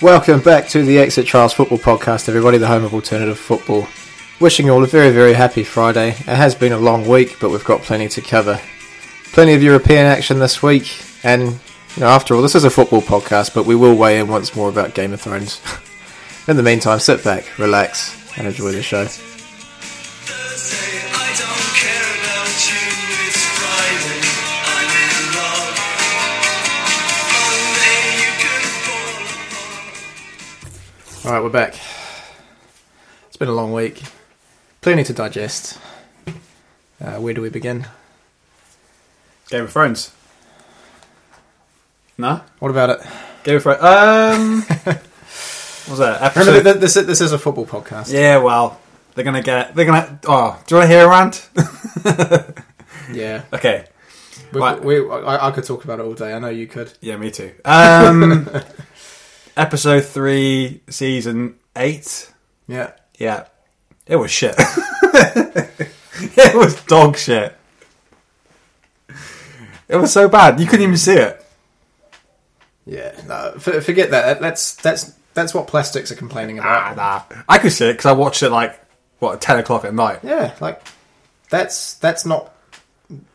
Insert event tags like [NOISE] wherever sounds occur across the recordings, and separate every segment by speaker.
Speaker 1: Welcome back to the Exit Trials Football Podcast, everybody, the home of alternative football. Wishing you all a very, very happy Friday. It has been a long week, but we've got plenty to cover. Plenty of European action this week, and you know, after all, this is a football podcast, but we will weigh in once more about Game of Thrones. [LAUGHS] in the meantime, sit back, relax, and enjoy the show. All right, we're back. It's been a long week. Plenty to digest. Uh, where do we begin?
Speaker 2: Game of Thrones. Nah,
Speaker 1: What about it?
Speaker 2: Game of Thrones.
Speaker 1: [LAUGHS]
Speaker 2: Um, what was that
Speaker 1: Remember,
Speaker 2: episode?
Speaker 1: th- this, this is a football podcast.
Speaker 2: yeah, well, they're gonna get. They're gonna. Oh, do you want to hear a
Speaker 1: [LAUGHS]
Speaker 2: rant?
Speaker 1: Yeah.
Speaker 2: okay.
Speaker 1: We,
Speaker 2: Right.
Speaker 1: we, I, I could talk about it all day. I know you could.
Speaker 2: Yeah, me too.
Speaker 1: [LAUGHS]
Speaker 2: Um, episode three, season eight.
Speaker 1: Yeah.
Speaker 2: Yeah, it was shit. [LAUGHS] it was dog shit. It was so bad. You couldn't even see it.
Speaker 1: Yeah. No, f- forget that. That's that's that's what plastics are complaining
Speaker 2: Ah,
Speaker 1: about.
Speaker 2: nah. I could see it because I watched it like what ten o'clock at night.
Speaker 1: Yeah. Like that's that's not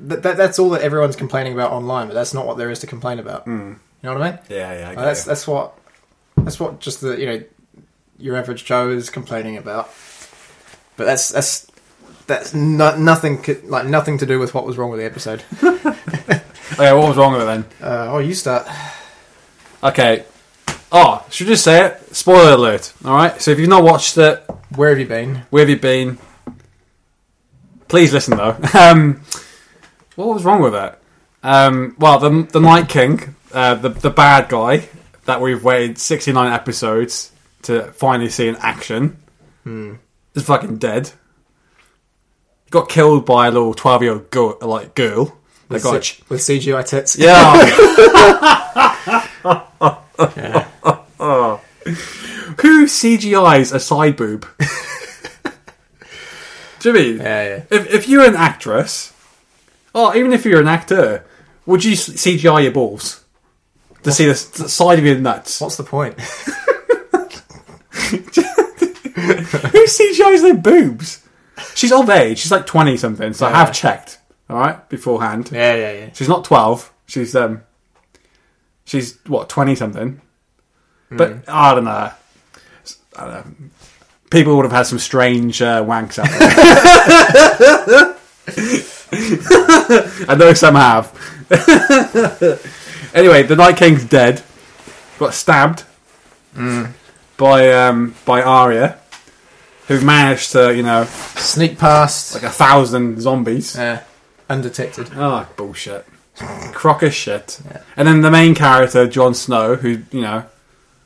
Speaker 1: that, that that's all that everyone's complaining about online, but that's not what there is to complain about. Mm. You know what I mean?
Speaker 2: Hmm. Yeah, yeah. I get
Speaker 1: Uh, that's
Speaker 2: you.
Speaker 1: that's what that's what just the you know your average Joe is complaining about. But that's that's that's no, nothing co- like nothing to do with what was wrong with the episode. [LAUGHS]
Speaker 2: Okay, what was wrong with it then?
Speaker 1: Uh, oh, you start.
Speaker 2: Okay. Oh, should we just say it? Spoiler alert. Alright, so if you've not watched it,
Speaker 1: Where have you been?
Speaker 2: where have you been? Please listen though. [LAUGHS] Um, what was wrong with it? Um, well, the, the Night King, uh, the, the bad guy that we've waited 69 episodes to finally see in action, is fucking dead. Got killed by a little 12 year old girl. Like, girl. They got a ch-
Speaker 1: C- with CGI tits.
Speaker 2: yeah. [LAUGHS] Who CGI's a side boob? Jimmy,
Speaker 1: Yeah,
Speaker 2: if if you're an actress, or even if you're an actor, would you s- CGI your balls to see the s- the side of your nuts?
Speaker 1: What's the
Speaker 2: [LAUGHS]
Speaker 1: point?
Speaker 2: Who CGI's their boobs? She's of age. She's like twenty something. So I
Speaker 1: Yeah.
Speaker 2: have checked. All right, beforehand.
Speaker 1: yeah, yeah, yeah.
Speaker 2: She's not twelve. She's um, she's what twenty something. But I don't know. I don't know. People would have had some strange uh, wanks out there. I know some have. [LAUGHS] anyway, the Night King's dead. Got stabbed by um, by Arya, who managed to you know
Speaker 1: Sneak past.
Speaker 2: like a thousand zombies.
Speaker 1: uh, undetected.
Speaker 2: Oh, bullshit. Crock of shit. And then the main character, Jon Snow, who, you know,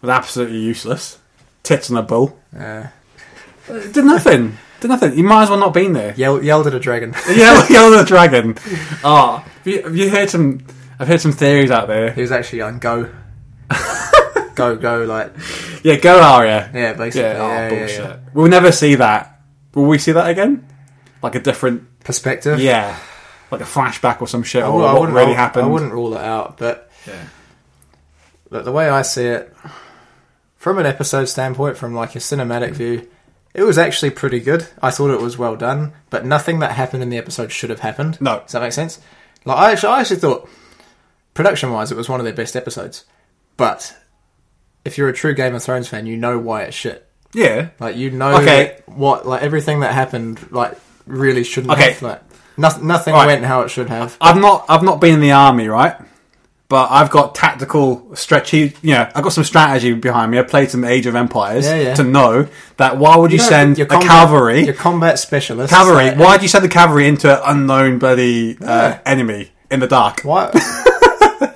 Speaker 2: was absolutely useless. Tits on a bull.
Speaker 1: Uh,
Speaker 2: Did nothing. Did nothing. You might as well not been there.
Speaker 1: yell, yelled at a dragon.
Speaker 2: [LAUGHS]
Speaker 1: [LAUGHS]
Speaker 2: Yeah, like you're the dragon. Oh, have you, have you heard some... I've heard some theories out there.
Speaker 1: he was actually yelling,
Speaker 2: [LAUGHS]
Speaker 1: go. go, go, like.
Speaker 2: Yeah, go Arya.
Speaker 1: Yeah, basically.
Speaker 2: Yeah,
Speaker 1: Yeah,
Speaker 2: oh,
Speaker 1: yeah, yeah.
Speaker 2: bullshit. We'll never see that. Will we see that again? Like a different...
Speaker 1: Perspective.
Speaker 2: Yeah. Like a flashback or some shit.
Speaker 1: I,
Speaker 2: or
Speaker 1: wou- I
Speaker 2: what
Speaker 1: wouldn't,
Speaker 2: really
Speaker 1: rule-
Speaker 2: happened.
Speaker 1: I wouldn't rule it out, but
Speaker 2: Yeah.
Speaker 1: look, the way I see it, from an episode standpoint, from like a cinematic view, it was actually pretty good. I thought it was well done, but nothing that happened in the episode should have happened.
Speaker 2: No.
Speaker 1: Does that make sense? Like I actually, I actually thought, production-wise, it was one of their best episodes. But if you're a true Game of Thrones fan, you know why it's shit.
Speaker 2: Yeah.
Speaker 1: Like you know
Speaker 2: Okay.
Speaker 1: what, like everything that happened, like really shouldn't.
Speaker 2: Okay.
Speaker 1: Have, like nothing, nothing
Speaker 2: Right.
Speaker 1: went how it should have.
Speaker 2: I've not I've not been in the army, right? But I've got tactical strategy. You know, I've got some strategy behind me. I played some Age of Empires
Speaker 1: Yeah, yeah.
Speaker 2: to know that why would you,
Speaker 1: know,
Speaker 2: send
Speaker 1: your
Speaker 2: the
Speaker 1: combat-
Speaker 2: cavalry?
Speaker 1: your combat specialist,
Speaker 2: cavalry.
Speaker 1: like,
Speaker 2: why do you send the cavalry into an unknown bloody uh, enemy in the dark?
Speaker 1: Why?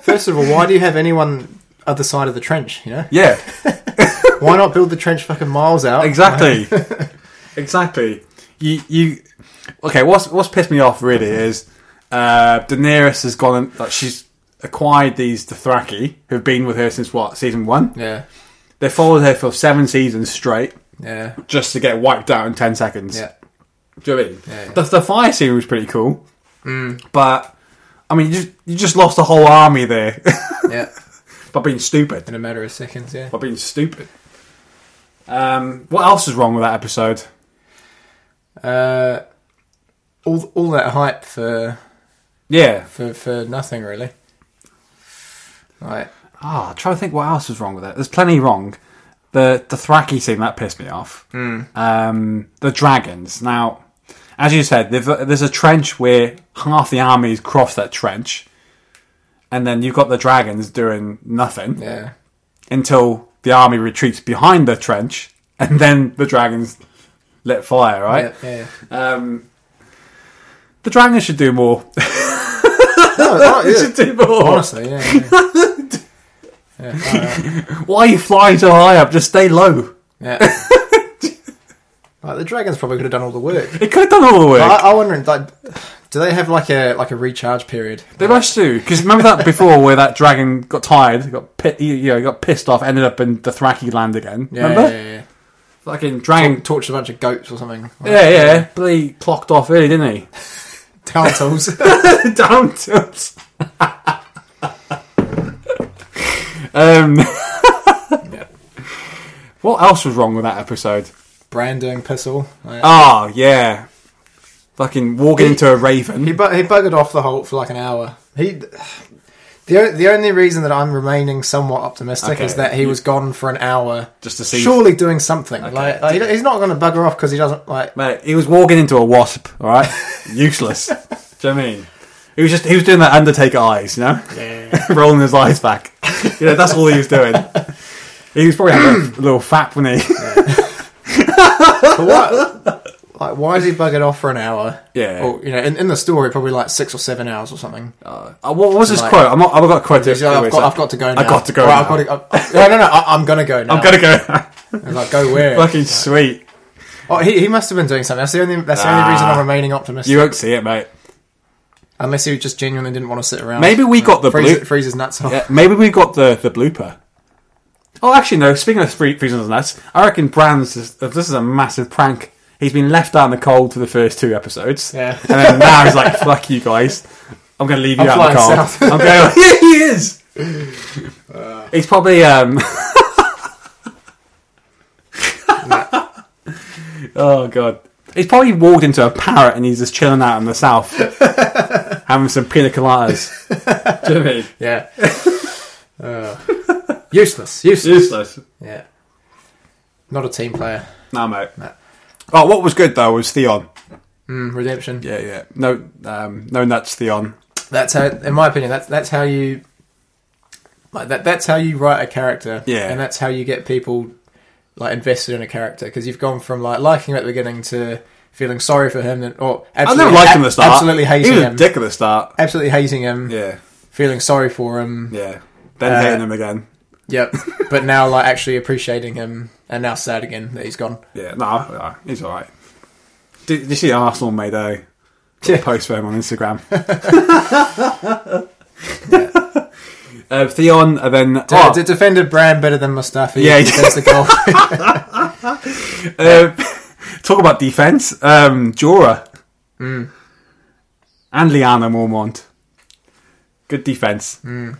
Speaker 2: [LAUGHS]
Speaker 1: First of all, why do you have anyone other side of the trench? You know, [LAUGHS]
Speaker 2: Yeah,
Speaker 1: why not build the trench fucking miles out?
Speaker 2: exactly, [LAUGHS] exactly. You you okay? What's what's pissed me off really is uh, Daenerys has gone. and- Like, she's acquired these Dothraki who've been with her since what season one.
Speaker 1: Yeah,
Speaker 2: They followed her for seven seasons straight
Speaker 1: yeah,
Speaker 2: just to get wiped out in 10 seconds.
Speaker 1: yeah.
Speaker 2: Do you know what I mean?
Speaker 1: Yeah, Mm. yeah.
Speaker 2: The, the fire scene was pretty cool. But, I mean, you just, you just lost a whole army there. [LAUGHS]
Speaker 1: Yeah.
Speaker 2: By being stupid.
Speaker 1: in a matter of seconds. Yeah.
Speaker 2: By being stupid. Um, what else is wrong with that episode?
Speaker 1: Uh, all all that hype for
Speaker 2: Yeah.
Speaker 1: for for nothing really. Like
Speaker 2: Ah, trying to think what else was wrong with it. There's plenty wrong. The the Thraki scene that pissed me off. Um, the dragons. Now, as you said, they've- there's a trench where half the armies cross that trench, and then you've got the dragons doing nothing
Speaker 1: yeah,
Speaker 2: until the army retreats behind the trench, and [LAUGHS] then the dragons let fire. Right.
Speaker 1: yeah,
Speaker 2: [LAUGHS]
Speaker 1: yeah.
Speaker 2: Um, the dragons should do more. [LAUGHS] They should do more.
Speaker 1: Honestly, yeah. yeah. Yeah, far out.
Speaker 2: Why are you flying so high up? Just stay low.
Speaker 1: Yeah.
Speaker 2: [LAUGHS]
Speaker 1: like the dragons probably could have done all the work.
Speaker 2: It could have done all the work.
Speaker 1: I, I wonder, like, do they have like a like a recharge period?
Speaker 2: They must do because remember that before where that dragon got tired, got pi- you know, got pissed off, ended up in the Thraki land again.
Speaker 1: Yeah,
Speaker 2: remember,
Speaker 1: yeah, yeah.
Speaker 2: fucking dragon.
Speaker 1: Tortured a bunch of goats or something. [LAUGHS]
Speaker 2: yeah, yeah, but he clocked off early, [LAUGHS] didn't [LAUGHS]
Speaker 1: Turtles.
Speaker 2: he? Down to us. [LAUGHS] um, what else was wrong with that episode?
Speaker 1: Bran doing piss all. Like,
Speaker 2: Oh yeah, fucking walking
Speaker 1: He-
Speaker 2: into a
Speaker 1: He
Speaker 2: raven.
Speaker 1: bu- he buggered off the Hulk for like an hour. He the o- the only reason that I'm remaining somewhat optimistic
Speaker 2: Okay.
Speaker 1: is that he was gone for an hour,
Speaker 2: Just to see-
Speaker 1: surely doing something. Like, like, he- he's not going to bugger off because he doesn't like.
Speaker 2: Mate, he was walking into a wasp. All [LAUGHS] right, useless. do you know what I mean? He was just he was doing that Undertaker eyes, you know. [LAUGHS] rolling his eyes back. You know, that's all he was doing. He was probably having a little fap, wasn't he?
Speaker 1: [LAUGHS] But what? Like, why did he buggered off for an hour?
Speaker 2: Yeah.
Speaker 1: Or you know, in, in the story, probably like six or seven hours or something.
Speaker 2: [LAUGHS] Uh, what was his
Speaker 1: Like-
Speaker 2: quote? I'm not, I've got a quote.
Speaker 1: He's like, I've, got, I've got to go now.
Speaker 2: I've got to go
Speaker 1: Or,
Speaker 2: now.
Speaker 1: I've got to, I've- [LAUGHS] no, no, no. I, I'm going to go now.
Speaker 2: I'm gonna go.
Speaker 1: [LAUGHS] He's like, go
Speaker 2: [LAUGHS]
Speaker 1: where?
Speaker 2: Fucking sweet.
Speaker 1: Oh, he, he must have been doing something. That's the only. That's the only reason
Speaker 2: Ah.
Speaker 1: I'm remaining optimistic.
Speaker 2: You won't see it, mate.
Speaker 1: Unless he just genuinely didn't want to sit around.
Speaker 2: Maybe we got the
Speaker 1: freeze,
Speaker 2: blue.
Speaker 1: freeze his nuts
Speaker 2: [LAUGHS]
Speaker 1: off.
Speaker 2: Yeah, maybe we got the the blooper. Oh, actually, no. Speaking of free reasons and that, I reckon Bran's is, uh, this is a massive prank. He's been left out in the cold for the first two episodes,
Speaker 1: Yeah.
Speaker 2: and then now he's like, "Fuck you guys, I'm going to leave you
Speaker 1: I'm
Speaker 2: out in the cold."
Speaker 1: flying south.
Speaker 2: I'm going. [LAUGHS] yeah, he is. he's probably. um [LAUGHS] Oh god, he's probably walked into a parrot and he's just chilling out in the south, [LAUGHS] having some pina coladas. Do you know what I mean?
Speaker 1: [LAUGHS] Yeah. Uh, useless. Useless.
Speaker 2: Useless.
Speaker 1: Yeah. Not a team player.
Speaker 2: No, mate. Oh, what was good though was Theon.
Speaker 1: Mm, redemption.
Speaker 2: Yeah, yeah. No, um, no nuts, Theon.
Speaker 1: That's how, in my opinion, that's that's how you. Like that. That's how you write a character.
Speaker 2: Yeah.
Speaker 1: And that's how you get people like invested in a character because you've gone from like liking him at the beginning to feeling sorry for him and or
Speaker 2: I
Speaker 1: absolutely,
Speaker 2: never liked him
Speaker 1: a-
Speaker 2: at the start.
Speaker 1: Absolutely hating
Speaker 2: He was
Speaker 1: him.
Speaker 2: a dick at the start.
Speaker 1: absolutely hating him.
Speaker 2: Yeah,
Speaker 1: Feeling sorry for him.
Speaker 2: yeah. Then
Speaker 1: Uh,
Speaker 2: hating him again. [LAUGHS]
Speaker 1: Yep. but now, like, actually appreciating him, and now sad again that he's gone.
Speaker 2: Yeah, no, no he's all right. Did, did you see Arsenal made a
Speaker 1: Yeah.
Speaker 2: [LAUGHS] post for him on
Speaker 1: [LAUGHS]
Speaker 2: Instagram? uh, Theon, and then
Speaker 1: D-
Speaker 2: oh,
Speaker 1: d- defended Bran better than Mustafi.
Speaker 2: Yeah, he-
Speaker 1: that's the goal.
Speaker 2: [LAUGHS] uh, [LAUGHS] talk about defense. Um, Jorah
Speaker 1: Hmm.
Speaker 2: and Liana Mormont. Good defense.
Speaker 1: Hmm.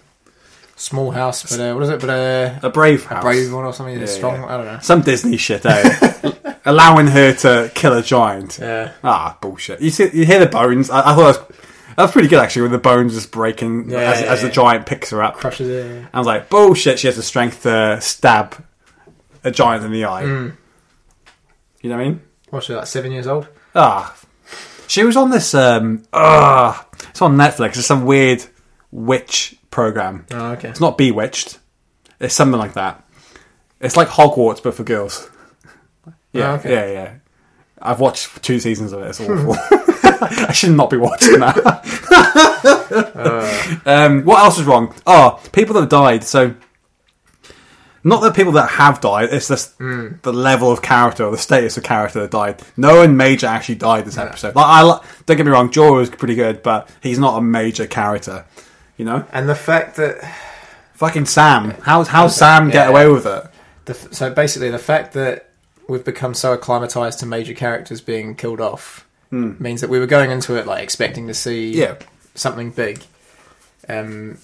Speaker 1: Small house, but uh, what is it? But uh,
Speaker 2: A brave house.
Speaker 1: brave one or something.
Speaker 2: Yeah,
Speaker 1: strong.
Speaker 2: yeah.
Speaker 1: I don't know.
Speaker 2: Some Disney shit,
Speaker 1: [LAUGHS]
Speaker 2: eh? Allowing her to kill a giant.
Speaker 1: Yeah.
Speaker 2: Ah, bullshit. You see, you hear the bones. I, I thought that was, that was pretty good actually, with the bones just breaking
Speaker 1: Yeah,
Speaker 2: as,
Speaker 1: yeah,
Speaker 2: as the
Speaker 1: yeah.
Speaker 2: giant picks her up.
Speaker 1: Crushes it.
Speaker 2: I was like, bullshit. She has the strength to stab a giant in the eye.
Speaker 1: Hmm.
Speaker 2: You know what I mean?
Speaker 1: What's she like? Seven years old.
Speaker 2: Ah, she was on this. um Ah, it's on Netflix. It's some weird witch program.
Speaker 1: Oh, okay.
Speaker 2: It's not Bewitched. It's something like that. It's like Hogwarts but for girls. Yeah,
Speaker 1: Oh, okay.
Speaker 2: yeah, yeah. I've watched two seasons of it. It's awful. [LAUGHS] I should not be watching that.
Speaker 1: Uh.
Speaker 2: um, what else is wrong? Oh, people that have died. So, not the people that have died. It's just
Speaker 1: Hmm.
Speaker 2: the level of character or the status of character that died. No one major actually died this episode. Like, I li- don't get me wrong, Jorah is pretty good, but he's not a major character. You know,
Speaker 1: And the fact that
Speaker 2: Fucking Sam. How how Sam get
Speaker 1: Yeah.
Speaker 2: away with it?
Speaker 1: the f- so basically the fact that we've become so acclimatized to major characters being killed off means that we were going into it like expecting to see
Speaker 2: Yeah.
Speaker 1: something big. Um,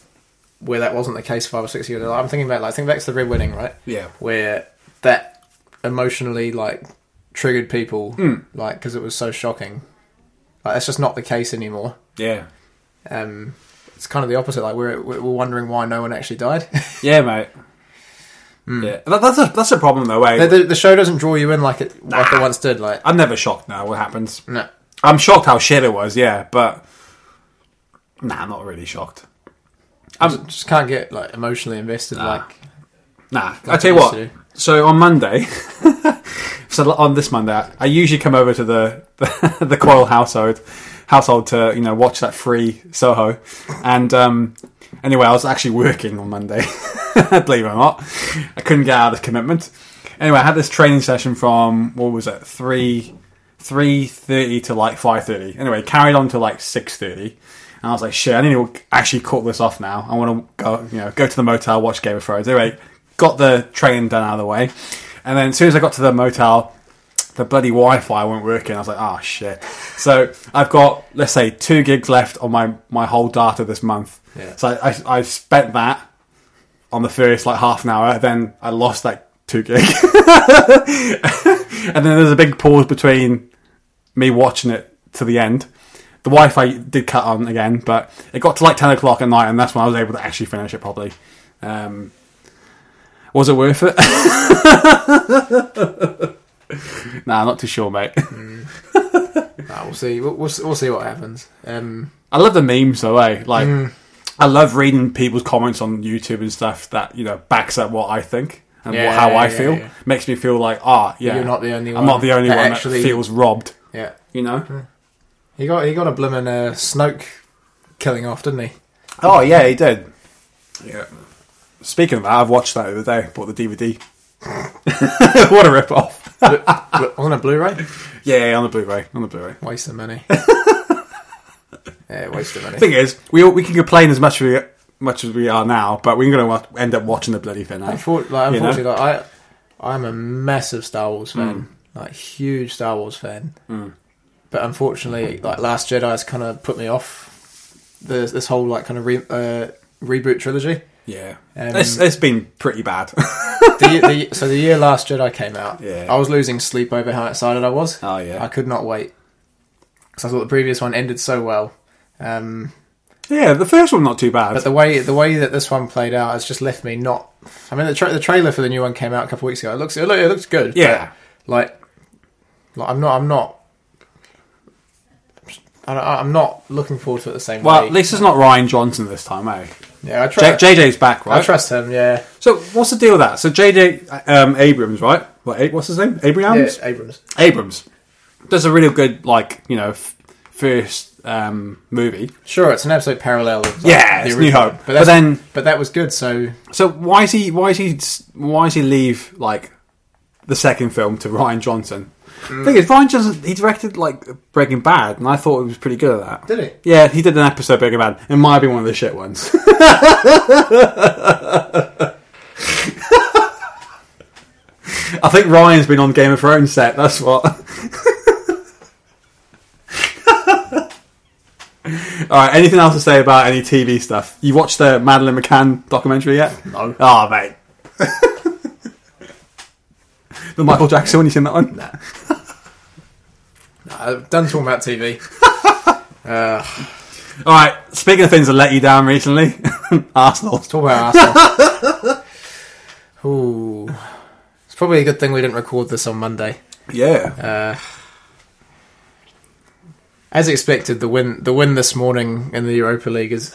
Speaker 1: where that wasn't the case five or six years ago. I'm thinking about like think back to the Red Wedding, right?
Speaker 2: Yeah.
Speaker 1: Where that emotionally like triggered people, like because it was so shocking. Like that's just not the case anymore.
Speaker 2: Yeah.
Speaker 1: Um, it's kind of the opposite. Like we're we're wondering why no one actually died. [LAUGHS]
Speaker 2: Yeah, mate. Yeah, that, that's a that's a problem though. eh?
Speaker 1: the, the, the show doesn't draw you in like it like it once did. Like
Speaker 2: I'm never shocked now. What happens?
Speaker 1: no,
Speaker 2: I'm shocked how shit it was. Yeah, but nah, I'm not really shocked.
Speaker 1: I just can't get like emotionally invested.
Speaker 2: Ah.
Speaker 1: Like
Speaker 2: Nah, I tell you
Speaker 1: used
Speaker 2: what.
Speaker 1: to.
Speaker 2: So on Monday, [LAUGHS] so on this Monday, I usually come over to the [LAUGHS] the, the Coil household household to you know watch that free Soho, and um, anyway, I was actually working on Monday. [LAUGHS] Believe it or not, I couldn't get out of the commitment. Anyway, I had this training session from what was it three three thirty to like five thirty. Anyway, carried on to like six thirty. And I was like, shit, I need to actually call this off now. I want to go, you know, go to the motel, watch Game of Thrones. Anyway, got the train done out of the way, and then as soon as I got to the motel, the bloody Wi-Fi weren't working. I was like, ah, shit. So I've got let's say two gigs left on my my whole data this month.
Speaker 1: Yeah.
Speaker 2: So I, I I spent that on the first like half an hour. Then I lost that two gig, [LAUGHS] and then there's a big pause between me watching it to the end. The Wi-Fi did cut on again, but it got to like ten o'clock at night, and that's when I was able to actually finish it properly. Um, was it worth it? [LAUGHS] nah, not too sure, mate.
Speaker 1: nah, we'll see. We'll, we'll see- we'll see what happens. Um,
Speaker 2: I love the memes though, eh? Like,
Speaker 1: Mm.
Speaker 2: I love reading people's comments on YouTube and stuff that you know backs up what I think and
Speaker 1: Yeah,
Speaker 2: what, how I
Speaker 1: yeah,
Speaker 2: feel.
Speaker 1: yeah.
Speaker 2: Makes me feel like, ah, yeah,
Speaker 1: You're not the only
Speaker 2: I'm
Speaker 1: one
Speaker 2: not the only
Speaker 1: that
Speaker 2: one
Speaker 1: actually- Mm.
Speaker 2: that feels robbed.
Speaker 1: yeah,
Speaker 2: You know?
Speaker 1: he got he got a blimmin' uh, Snoke killing off, didn't
Speaker 2: [LAUGHS]
Speaker 1: he?
Speaker 2: Oh yeah, he did. Yeah. Speaking of that, I've watched that the other day. Bought the DVD. [LAUGHS] what a rip off!
Speaker 1: Blu- blu- wasn't it Blu-ray?
Speaker 2: Yeah, yeah, on the Blu-ray, on the Blu-ray.
Speaker 1: Waste of
Speaker 2: [LAUGHS]
Speaker 1: money. yeah, waste of money.
Speaker 2: Thing is, we all- we can complain as much as we much as we are now, but we're going to end up watching the bloody thing. eh?
Speaker 1: Unfor- like,
Speaker 2: You know? Mm.
Speaker 1: unfortunately, like, I, I'm a massive Star Wars fan, like huge Star Wars fan. But unfortunately, like Last Jedi has kind of put me off the, this whole like kind of re- uh, reboot trilogy.
Speaker 2: Yeah,
Speaker 1: Um,
Speaker 2: it's, it's been pretty bad. [LAUGHS]
Speaker 1: The, year- the, so the year Last Jedi came out,
Speaker 2: Yeah.
Speaker 1: I was losing sleep over how excited I was.
Speaker 2: Oh, yeah.
Speaker 1: I could not wait. So I thought the previous one ended so well. Um,
Speaker 2: yeah, the first one not too bad.
Speaker 1: But the way the way that this one played out has just left me not. I mean, the, tra- the trailer for the new one came out a couple of weeks ago. It looks it, look, it looks good.
Speaker 2: Yeah.
Speaker 1: but, like, like I'm not I'm not. I don't- I'm not looking forward to it the same
Speaker 2: well,
Speaker 1: way.
Speaker 2: at least it's not Ryan Johnson this time, eh?
Speaker 1: yeah, I
Speaker 2: J-
Speaker 1: trust.
Speaker 2: JJ's back,
Speaker 1: I
Speaker 2: right?
Speaker 1: trust him. Yeah,
Speaker 2: so what's the deal with that? So JJ um, Abrams, right? What, A- what's his name?
Speaker 1: yeah,
Speaker 2: Abrams.
Speaker 1: Abrams.
Speaker 2: Abrams does a really good, like you know, f- first um, movie.
Speaker 1: Sure, it's an absolute parallel. Of, like,
Speaker 2: Yeah,
Speaker 1: the
Speaker 2: it's New
Speaker 1: original,
Speaker 2: Hope. But
Speaker 1: that's-
Speaker 2: then-
Speaker 1: but that was good. So
Speaker 2: So why is he? Why is he? Why is he leave like the second film to Ryan Johnson? Thing is, Ryan Johnson he directed like Breaking Bad, and I thought he was pretty good at that.
Speaker 1: did it?
Speaker 2: Yeah, he did an episode of Breaking Bad. It might be one of the shit ones. [LAUGHS] I think Ryan's been on Game of Thrones set. That's what. [LAUGHS] All right. Anything else to say about any TV stuff? You watched the Madeline McCann documentary yet?
Speaker 1: No.
Speaker 2: Oh, mate. [LAUGHS] the Michael Jackson one. You seen that one? Nah.
Speaker 1: Nah, uh, done talking about TV. uh,
Speaker 2: All right. Speaking of things that let you down recently, [LAUGHS] Arsenal.
Speaker 1: Talk about Arsenal. Ooh. It's probably a good thing we didn't record this on Monday.
Speaker 2: Yeah.
Speaker 1: Uh, as expected, the win the win this morning in the Europa League is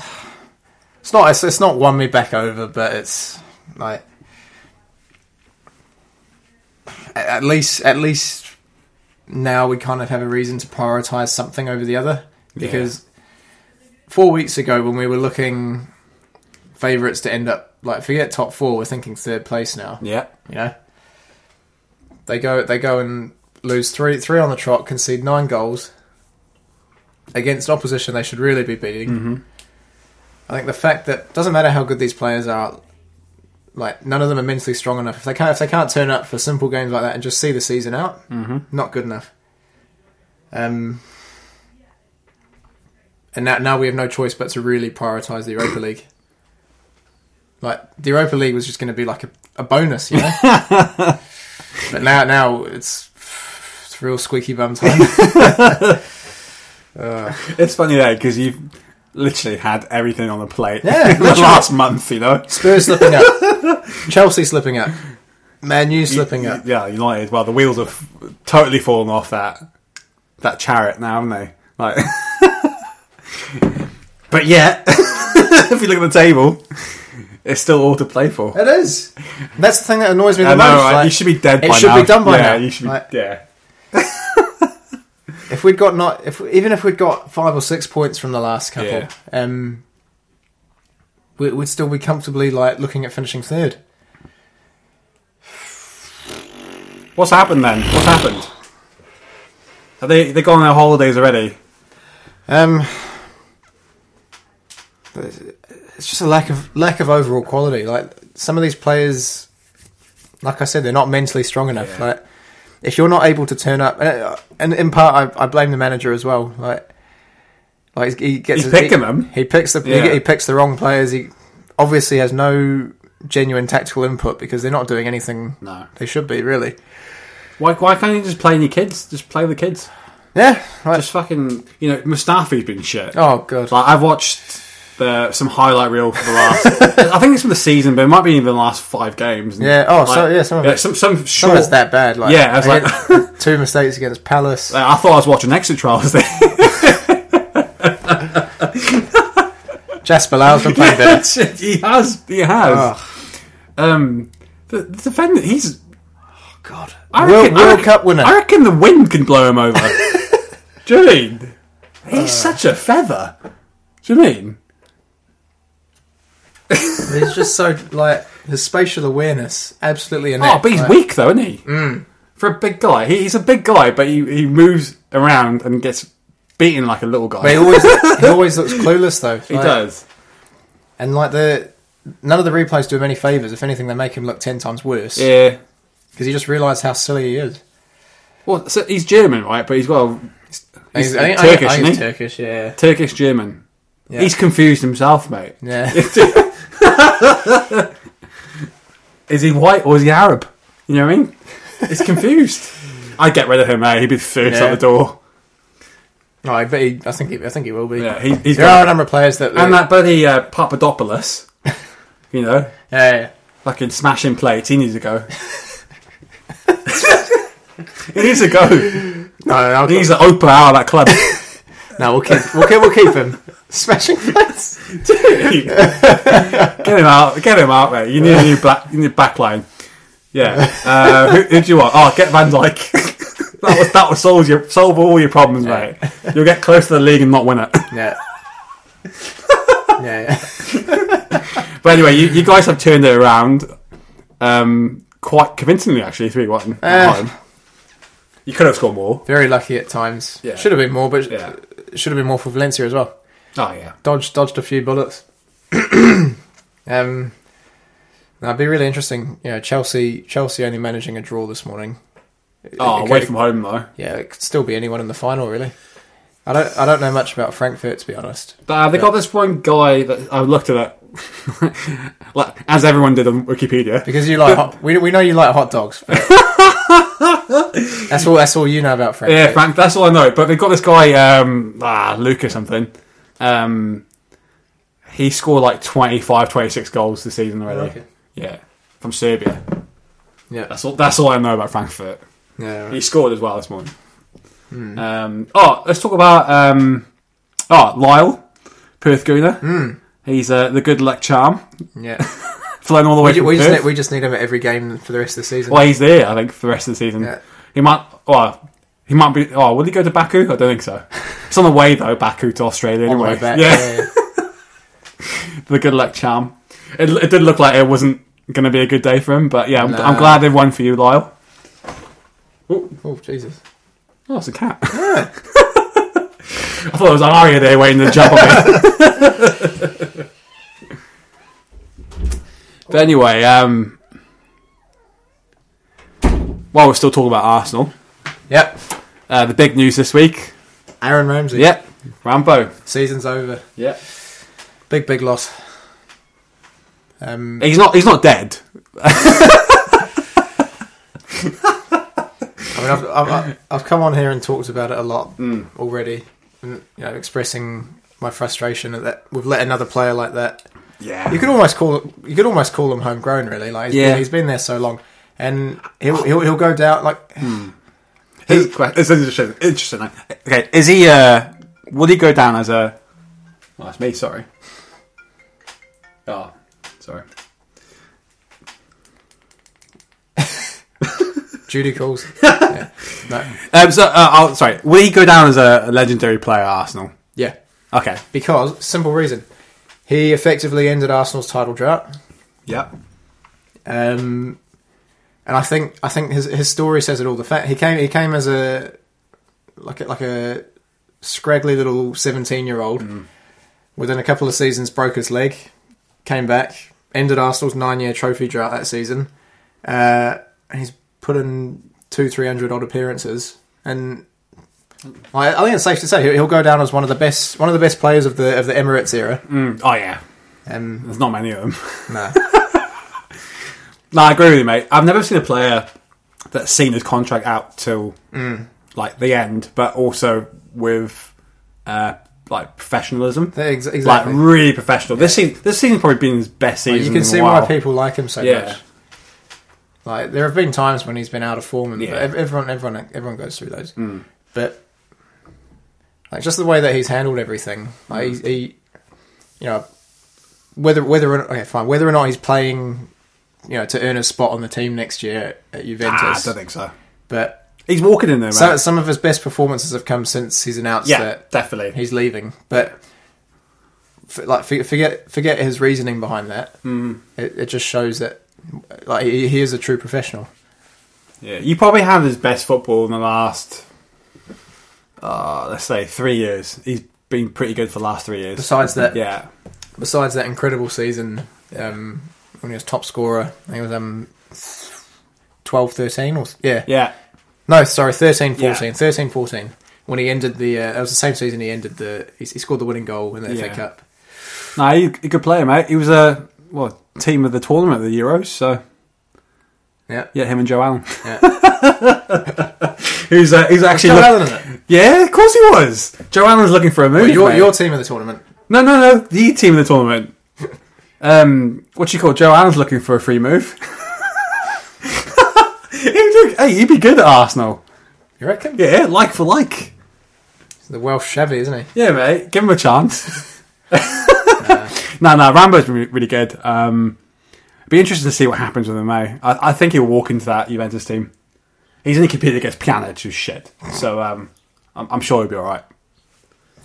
Speaker 1: it's not it's, it's not won me back over, but it's like at- at least at least now we kind of have a reason to prioritize something over the other because four weeks ago when we were looking favorites to end up like forget top four, we're thinking third place now.
Speaker 2: Yeah.
Speaker 1: You know, they go they go and lose three three on the trot, concede nine goals against opposition they should really be beating. I think the fact that doesn't matter how good these players are, like none of them are mentally strong enough. If they can't if they can't turn up for simple games like that and just see the season out, not good enough. Um. And now, now we have no choice but to really prioritise the Europa League. Like the Europa League was just going to be like a, a bonus, you know. but now, now it's it's real squeaky bum [LAUGHS] time. Uh,
Speaker 2: It's funny though because you've literally had everything on the plate. [LAUGHS]
Speaker 1: Yeah,
Speaker 2: the
Speaker 1: literally.
Speaker 2: last month, you know.
Speaker 1: Spurs slipping up, Chelsea slipping up, Man U slipping
Speaker 2: You-
Speaker 1: up.
Speaker 2: Yeah, United. Well, the wheels have totally fallen off that that chariot now, haven't they? Like, [LAUGHS] but yet, [LAUGHS] if you look at the table, it's still all to play for.
Speaker 1: It is. That's the thing that annoys me the
Speaker 2: I know,
Speaker 1: most.
Speaker 2: right?
Speaker 1: like,
Speaker 2: you should be dead.
Speaker 1: it
Speaker 2: by
Speaker 1: should
Speaker 2: now.
Speaker 1: be done by
Speaker 2: yeah,
Speaker 1: now.
Speaker 2: You should be,
Speaker 1: Like-
Speaker 2: yeah,
Speaker 1: if we'd got not, if even if we'd got five or six points from the last couple,
Speaker 2: Yeah.
Speaker 1: um, we, we'd still be comfortably like looking at finishing third.
Speaker 2: What's happened then? What's happened? Have they they gone on their holidays already?
Speaker 1: Um, it's just a lack of lack of overall quality. Like some of these players, like I said, they're not mentally strong enough.
Speaker 2: Yeah.
Speaker 1: Like if you're not able to turn up, and, uh, and in part, I, I blame the manager as well. Like, like he gets
Speaker 2: He's
Speaker 1: his-
Speaker 2: picking
Speaker 1: he,
Speaker 2: them.
Speaker 1: He picks the
Speaker 2: Yeah.
Speaker 1: he, he picks the wrong players. He obviously has no genuine tactical input because they're not doing anything
Speaker 2: No.
Speaker 1: they should be really.
Speaker 2: Why why can't you just play any kids? Just play the kids.
Speaker 1: Yeah. Right.
Speaker 2: Just fucking you know, Mustafi's been shit.
Speaker 1: oh god.
Speaker 2: Like I've watched the, some highlight reel for the last.
Speaker 1: [LAUGHS]
Speaker 2: I think it's from the season, but it might be even the last five games. And,
Speaker 1: Yeah, oh, so, yeah, some of it-
Speaker 2: Some some
Speaker 1: Some
Speaker 2: short.
Speaker 1: of it's that bad. Like,
Speaker 2: Yeah, I was like- [LAUGHS]
Speaker 1: against- two mistakes against Palace.
Speaker 2: I thought I was watching extra trials. There,
Speaker 1: Jasper Lau's been playing better.
Speaker 2: [LAUGHS] he has, he has.
Speaker 1: Oh,
Speaker 2: Um, the, the defender, he's.
Speaker 1: God.
Speaker 2: I
Speaker 1: World,
Speaker 2: reckon, I
Speaker 1: World
Speaker 2: reckon-
Speaker 1: Cup winner.
Speaker 2: I reckon the wind can blow
Speaker 1: [LAUGHS]
Speaker 2: him over. Do you mean? He's such a feather. Do you mean?
Speaker 1: He's just so, like, his spatial awareness, absolutely inept.
Speaker 2: Oh, but he's
Speaker 1: like,
Speaker 2: weak though, isn't he?
Speaker 1: Mm.
Speaker 2: For a big guy, he, he's a big guy, but he, he moves around and gets beaten like a little guy.
Speaker 1: But he always,
Speaker 2: [LAUGHS]
Speaker 1: he always looks clueless, though.
Speaker 2: He does.
Speaker 1: And, like, the none of the replays do him any favours. If anything, they make him look ten times worse. Because
Speaker 2: Yeah.
Speaker 1: he just realised how silly he is.
Speaker 2: Well, so he's German, right? But he's well, he's uh,
Speaker 1: I think- I think-
Speaker 2: Turkish,
Speaker 1: I think
Speaker 2: isn't
Speaker 1: he's
Speaker 2: he?
Speaker 1: Turkish,
Speaker 2: [LAUGHS]
Speaker 1: yeah.
Speaker 2: Turkish German.
Speaker 1: Yeah.
Speaker 2: He's confused himself, mate.
Speaker 1: yeah.
Speaker 2: is he white or is he Arab? You know what I mean?
Speaker 1: [LAUGHS]
Speaker 2: He's confused. I'd get rid of him, mate. He'd be the first
Speaker 1: Yeah.
Speaker 2: out the door.
Speaker 1: No, I bet he, I think he, I think he will be.
Speaker 2: Yeah, he, he's
Speaker 1: There
Speaker 2: got-
Speaker 1: are a number of players that.
Speaker 2: and that buddy uh,
Speaker 1: [LAUGHS]
Speaker 2: Papadopoulos, you know,
Speaker 1: yeah, yeah.
Speaker 2: fucking smashing plates. He needs
Speaker 1: [LAUGHS]
Speaker 2: to go. he needs to go.
Speaker 1: No, no, I'll-
Speaker 2: He needs to open out of that club.
Speaker 1: no, we'll keep, we'll keep, we'll keep
Speaker 2: [LAUGHS]
Speaker 1: him. Smashing plates.
Speaker 2: get him out. Get him out, mate. You need a new black. You need a back line. Yeah. Uh, who, who do you want? Oh, get Van Dyke. [LAUGHS] that was that will solve your solve all your problems, mate. You'll get close to the league and not win it. [LAUGHS]
Speaker 1: Yeah. yeah.
Speaker 2: But anyway, you, you guys have turned it around. Um, quite convincingly, actually, three one.
Speaker 1: Eh.
Speaker 2: You could have scored more.
Speaker 1: Very lucky at times.
Speaker 2: Yeah.
Speaker 1: Should have been more, but
Speaker 2: Yeah.
Speaker 1: should have been more for Valencia as well.
Speaker 2: Oh yeah.
Speaker 1: Dodged, dodged a few
Speaker 2: [COUGHS]
Speaker 1: bullets. um, that'd be really interesting. You know, Chelsea, Chelsea only managing a draw this morning.
Speaker 2: Oh,
Speaker 1: It
Speaker 2: away
Speaker 1: could-
Speaker 2: from home though.
Speaker 1: yeah, it could still be anyone in the final, really. I don't, I don't know much about Frankfurt to be honest.
Speaker 2: But uh, they got this one guy that I looked at it, [LAUGHS] like as everyone did on [LAUGHS] Wikipedia.
Speaker 1: Because you like hot, we, we know you like hot dogs.
Speaker 2: [LAUGHS]
Speaker 1: but- that's all. That's all you know about Frankfurt.
Speaker 2: Yeah, Frank. That's all I know. But they've got this guy, um, ah, Luke or something. Um, he scored like 25, 26 goals this season already.
Speaker 1: Okay.
Speaker 2: Yeah, from Serbia.
Speaker 1: yeah,
Speaker 2: That's all. That's all I know about Frankfurt.
Speaker 1: yeah. right.
Speaker 2: He scored as well this morning. Um, oh, let's talk about um, oh Lyle Perth Gooner. He's uh, the good luck charm,
Speaker 1: yeah.
Speaker 2: [LAUGHS] flown all the way
Speaker 1: We, ju-
Speaker 2: from
Speaker 1: we just
Speaker 2: Perth.
Speaker 1: need, we just need him at every game for the rest of the season.
Speaker 2: Well, he's there, I think, for the rest of the season.
Speaker 1: Yeah.
Speaker 2: He might. Well, he might be. Oh, will he go to Baku? I don't think so. It's on the way though, Baku to Australia
Speaker 1: On the
Speaker 2: anyway.
Speaker 1: way back,
Speaker 2: Yeah,
Speaker 1: yeah,
Speaker 2: the good luck charm. It, it did look like it wasn't going to be a good day for him, but yeah, I'm, I'm
Speaker 1: No.
Speaker 2: glad they've won for you, Lyle.
Speaker 1: yeah. Oh Jesus!
Speaker 2: Oh, it's a cat. I [LAUGHS] thought it was an Aria there waiting to jump on me.
Speaker 1: [LAUGHS]
Speaker 2: but anyway, um, while we're still talking about Arsenal,
Speaker 1: Yep,
Speaker 2: uh, the big news this week.
Speaker 1: Aaron Ramsey.
Speaker 2: Yep, Rambo.
Speaker 1: season's over.
Speaker 2: Yeah.
Speaker 1: Big big loss. Um,
Speaker 2: He's not. He's not dead.
Speaker 1: I mean, I've, I've- I've, I've come on here and talked about it a lot already, and, you know, expressing my frustration at that we've let another player like that.
Speaker 2: Yeah.
Speaker 1: You could almost call you could almost call him homegrown, really. Like, he's
Speaker 2: Yeah.
Speaker 1: been, he's been there so long, and he'll he'll, he'll go down. Like,
Speaker 2: Is- It's interesting. Interesting. Okay, is he? Uh, would he go down as a? Oh, that's me. Sorry. Oh, sorry.
Speaker 1: Judy
Speaker 2: [LAUGHS]
Speaker 1: calls. yeah. No.
Speaker 2: Um, so, uh, I'll, sorry. Would he go down as a, a legendary player at Arsenal?
Speaker 1: yeah,
Speaker 2: Okay.
Speaker 1: because simple reason, he effectively ended Arsenal's title drought.
Speaker 2: Yeah.
Speaker 1: Um, and I think I think his his story says it all. The fact he came he came as a like a, like a scraggly little seventeen year old. Within a couple of seasons, broke his leg, came back, ended Arsenal's nine year trophy drought that season, uh, and he's put in two three hundred odd appearances. And I, I think it's safe to say he'll- he'll go down as one of the best one of the best players of the of the Emirates era.
Speaker 2: Mm, oh yeah.
Speaker 1: Um,
Speaker 2: There's not many of them.
Speaker 1: no.
Speaker 2: [LAUGHS] No, I agree with you, mate. I've never seen a player that's seen his contract out till
Speaker 1: Mm.
Speaker 2: like the end, but also with uh, like professionalism,
Speaker 1: Yeah, ex- exactly.
Speaker 2: like really professional. This season, this season's probably been his best season.
Speaker 1: you can
Speaker 2: in a
Speaker 1: see
Speaker 2: while.
Speaker 1: why people like him so
Speaker 2: Mm, Yeah.
Speaker 1: much. Like there have been times when he's been out of form, and
Speaker 2: Yeah. Hmm.
Speaker 1: ev- everyone, everyone, everyone goes through those. But like just the way that he's handled everything, like
Speaker 2: Hmm.
Speaker 1: he, he, you know, whether whether or not, okay, fine, whether or not he's playing, you know, to earn a spot on the team next year at
Speaker 2: Ah, I
Speaker 1: Juventus,
Speaker 2: don't think so.
Speaker 1: but
Speaker 2: He's walking in there,
Speaker 1: so,
Speaker 2: mate.
Speaker 1: some of his best performances have come since he's announced
Speaker 2: Yeah,
Speaker 1: that
Speaker 2: definitely.
Speaker 1: he's leaving. But f- like, for- forget forget his reasoning behind that.
Speaker 2: Hmm.
Speaker 1: Mm. It, it just shows that like he, he is a true professional.
Speaker 2: yeah, you probably have his best football in the last, uh, let's say, three years. He's been pretty good for the last three years.
Speaker 1: Besides that,
Speaker 2: Yeah,
Speaker 1: besides that incredible season um, when he was top scorer, I think it was um. 12 13 or yeah.
Speaker 2: yeah,
Speaker 1: no sorry 13 14
Speaker 2: Yeah.
Speaker 1: 13 14 when he ended the uh, that was the same season he ended the he, he scored the winning goal in the
Speaker 2: Yeah.
Speaker 1: FA Cup
Speaker 2: No, he, he could play, mate. He was a well team of the tournament, the Euros. So
Speaker 1: yeah
Speaker 2: yeah, him and Joe Allen.
Speaker 1: yeah
Speaker 2: [LAUGHS] Who's uh, who's actually?
Speaker 1: Joe
Speaker 2: look-
Speaker 1: Allen, isn't it?
Speaker 2: yeah, of course he was. Joe Allen's looking for a move.
Speaker 1: Well, your,
Speaker 2: mate.
Speaker 1: your team of the tournament
Speaker 2: No, no, no. The team of
Speaker 1: [LAUGHS]
Speaker 2: the tournament. Um, what you call Joe Allen's looking for a free move. [LAUGHS] He'd do- hey, he'd be good at Arsenal.
Speaker 1: you reckon
Speaker 2: Yeah, like for like.
Speaker 1: the Welsh shabby isn't he
Speaker 2: Yeah, mate. Give him a [LAUGHS] chance. no, no. Rambo's been re- really good. Um, it'd be interesting to see what happens with him, eh? I, I think he'll walk into that Juventus team. He's only competed against Pjanic, who's shit. So um, I'm, I'm sure he'll be all right.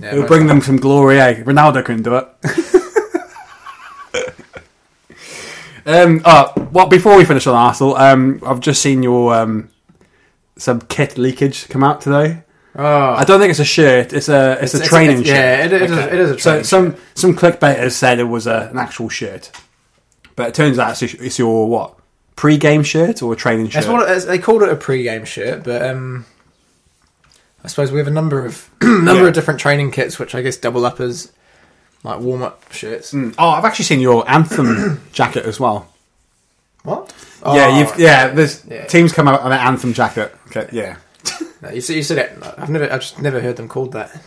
Speaker 1: yeah,
Speaker 2: He'll
Speaker 1: most
Speaker 2: bring them some glory, eh? Ronaldo couldn't do it. [LAUGHS] um, oh, well, before we finish on Arsenal, um, I've just seen your um, some kit leakage come out today.
Speaker 1: Oh,
Speaker 2: I don't think it's a shirt. It's a it's, a
Speaker 1: it's-
Speaker 2: training
Speaker 1: it's-
Speaker 2: shirt.
Speaker 1: yeah, it- it is- it is a
Speaker 2: So
Speaker 1: training
Speaker 2: some some clickbaiters said it was a, an actual shirt, but it turns out it's, it's your what pre-game shirt or a training shirt.
Speaker 1: That's what it- they called it a pre-game shirt, but um, I suppose we have a number of [CLEARS THROAT] number
Speaker 2: Yeah.
Speaker 1: of different training kits, which I guess double up as like warm-up shirts.
Speaker 2: oh, I've actually seen your [COUGHS] anthem jacket as well.
Speaker 1: What? Oh,
Speaker 2: yeah, you've, Oh. yeah. There's
Speaker 1: yeah.
Speaker 2: teams come out on an anthem jacket. Okay, yeah.
Speaker 1: No, you said you said it. I've never, I've just never heard them called that.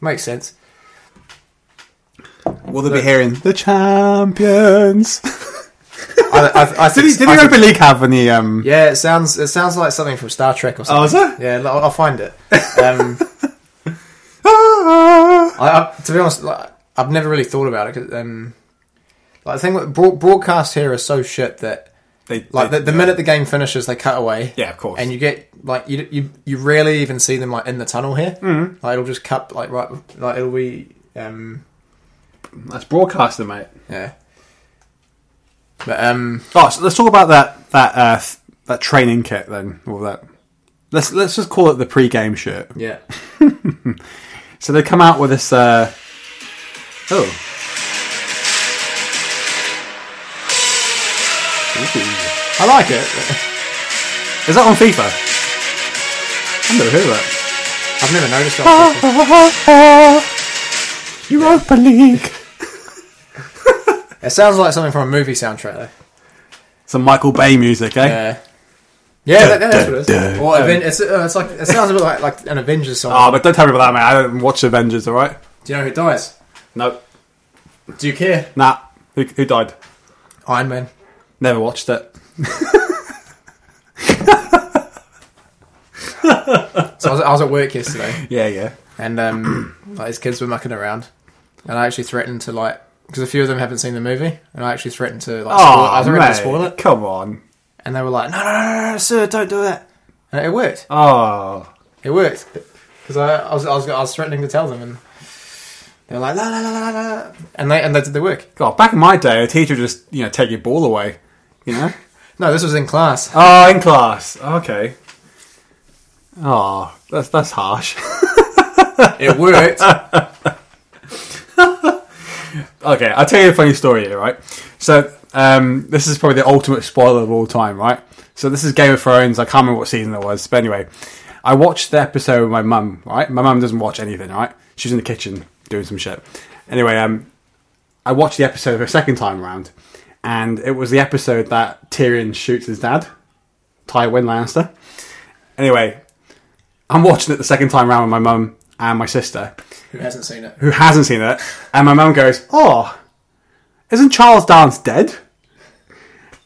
Speaker 1: Makes sense.
Speaker 2: Will they be hearing the champions?
Speaker 1: I, I, I
Speaker 2: [LAUGHS] Did,
Speaker 1: think,
Speaker 2: he, did the
Speaker 1: I think-
Speaker 2: Europa League have any? Um,
Speaker 1: yeah, it sounds it sounds like something from Star Trek or something.
Speaker 2: Oh, is it?
Speaker 1: Yeah, I'll, I'll find
Speaker 2: [LAUGHS]
Speaker 1: it. Um,
Speaker 2: Ah!
Speaker 1: I, I, to be honest, like, I've never really thought about it. 'cause, um, like, I think what- broad, broadcast here is so shit that
Speaker 2: They,
Speaker 1: like
Speaker 2: they-
Speaker 1: the, the minute the game finishes, they cut away.
Speaker 2: Yeah, of course.
Speaker 1: And you get like you you you rarely even see them like in the tunnel here.
Speaker 2: Mm-hmm.
Speaker 1: Mm. Like it'll just cut like right like it'll be um
Speaker 2: uh, that's broadcasting, mate.
Speaker 1: yeah. But um
Speaker 2: Oh, so let's talk about that that uh, th- that training kit then, or that. Let's let's just call it the pre-game shirt.
Speaker 1: yeah
Speaker 2: So they come out with this. Uh, oh. Ooh.
Speaker 1: I like it.
Speaker 2: Is that on FIFA? I've never heard of that.
Speaker 1: I've never noticed that.
Speaker 2: Europa League.
Speaker 1: It sounds like something from a movie soundtrack, though.
Speaker 2: Some Michael Bay music, eh?
Speaker 1: Yeah. Yeah, that, that's what it is.
Speaker 2: Dun,
Speaker 1: Or Aven- it's, uh, it's like it sounds a bit like, like an Avengers song.
Speaker 2: Oh, but don't tell me about that, mate. I don't watch Avengers, alright?
Speaker 1: Do you know who dies?
Speaker 2: Nope.
Speaker 1: Do you care?
Speaker 2: Nah. Who, who died?
Speaker 1: Iron Man.
Speaker 2: Never watched it.
Speaker 1: So I was, I was at work yesterday,
Speaker 2: Yeah, yeah.
Speaker 1: and um, [CLEARS THROAT] like these kids were mucking around, and I actually threatened to like because a few of them haven't seen the movie, and I actually threatened to like spoil, I threatened to spoil it,
Speaker 2: Ah, Come on.
Speaker 1: and they were like, "No, no, no, no, no, sir, don't do that," and it worked.
Speaker 2: Oh.
Speaker 1: It worked because I, I was I was I was threatening to tell them, and they were like, "La la la la la," la," and they and they did the work.
Speaker 2: God, back in my day, a teacher would just, you know, take your ball away. You know? [LAUGHS]
Speaker 1: No, this was in class.
Speaker 2: oh, in class. Okay. Oh, that's, that's harsh.
Speaker 1: It
Speaker 2: [LAUGHS]
Speaker 1: worked.
Speaker 2: Okay, I'll tell you a funny story here, right? So, um, this is probably the ultimate spoiler of all time, right? So, this is Game of Thrones. I can't remember what season it was, but anyway, I watched the episode with my mum, right? My mum doesn't watch anything, right? She's in the kitchen doing some shit. Anyway, um, I watched the episode a second time round, and it was the episode that Tyrion shoots his dad, Tywin Lannister. Anyway, I'm watching it the second time round with my mum and my sister,
Speaker 1: Who hasn't seen it?
Speaker 2: who hasn't seen it, and my mum goes, "Oh, isn't Charles Dance dead?"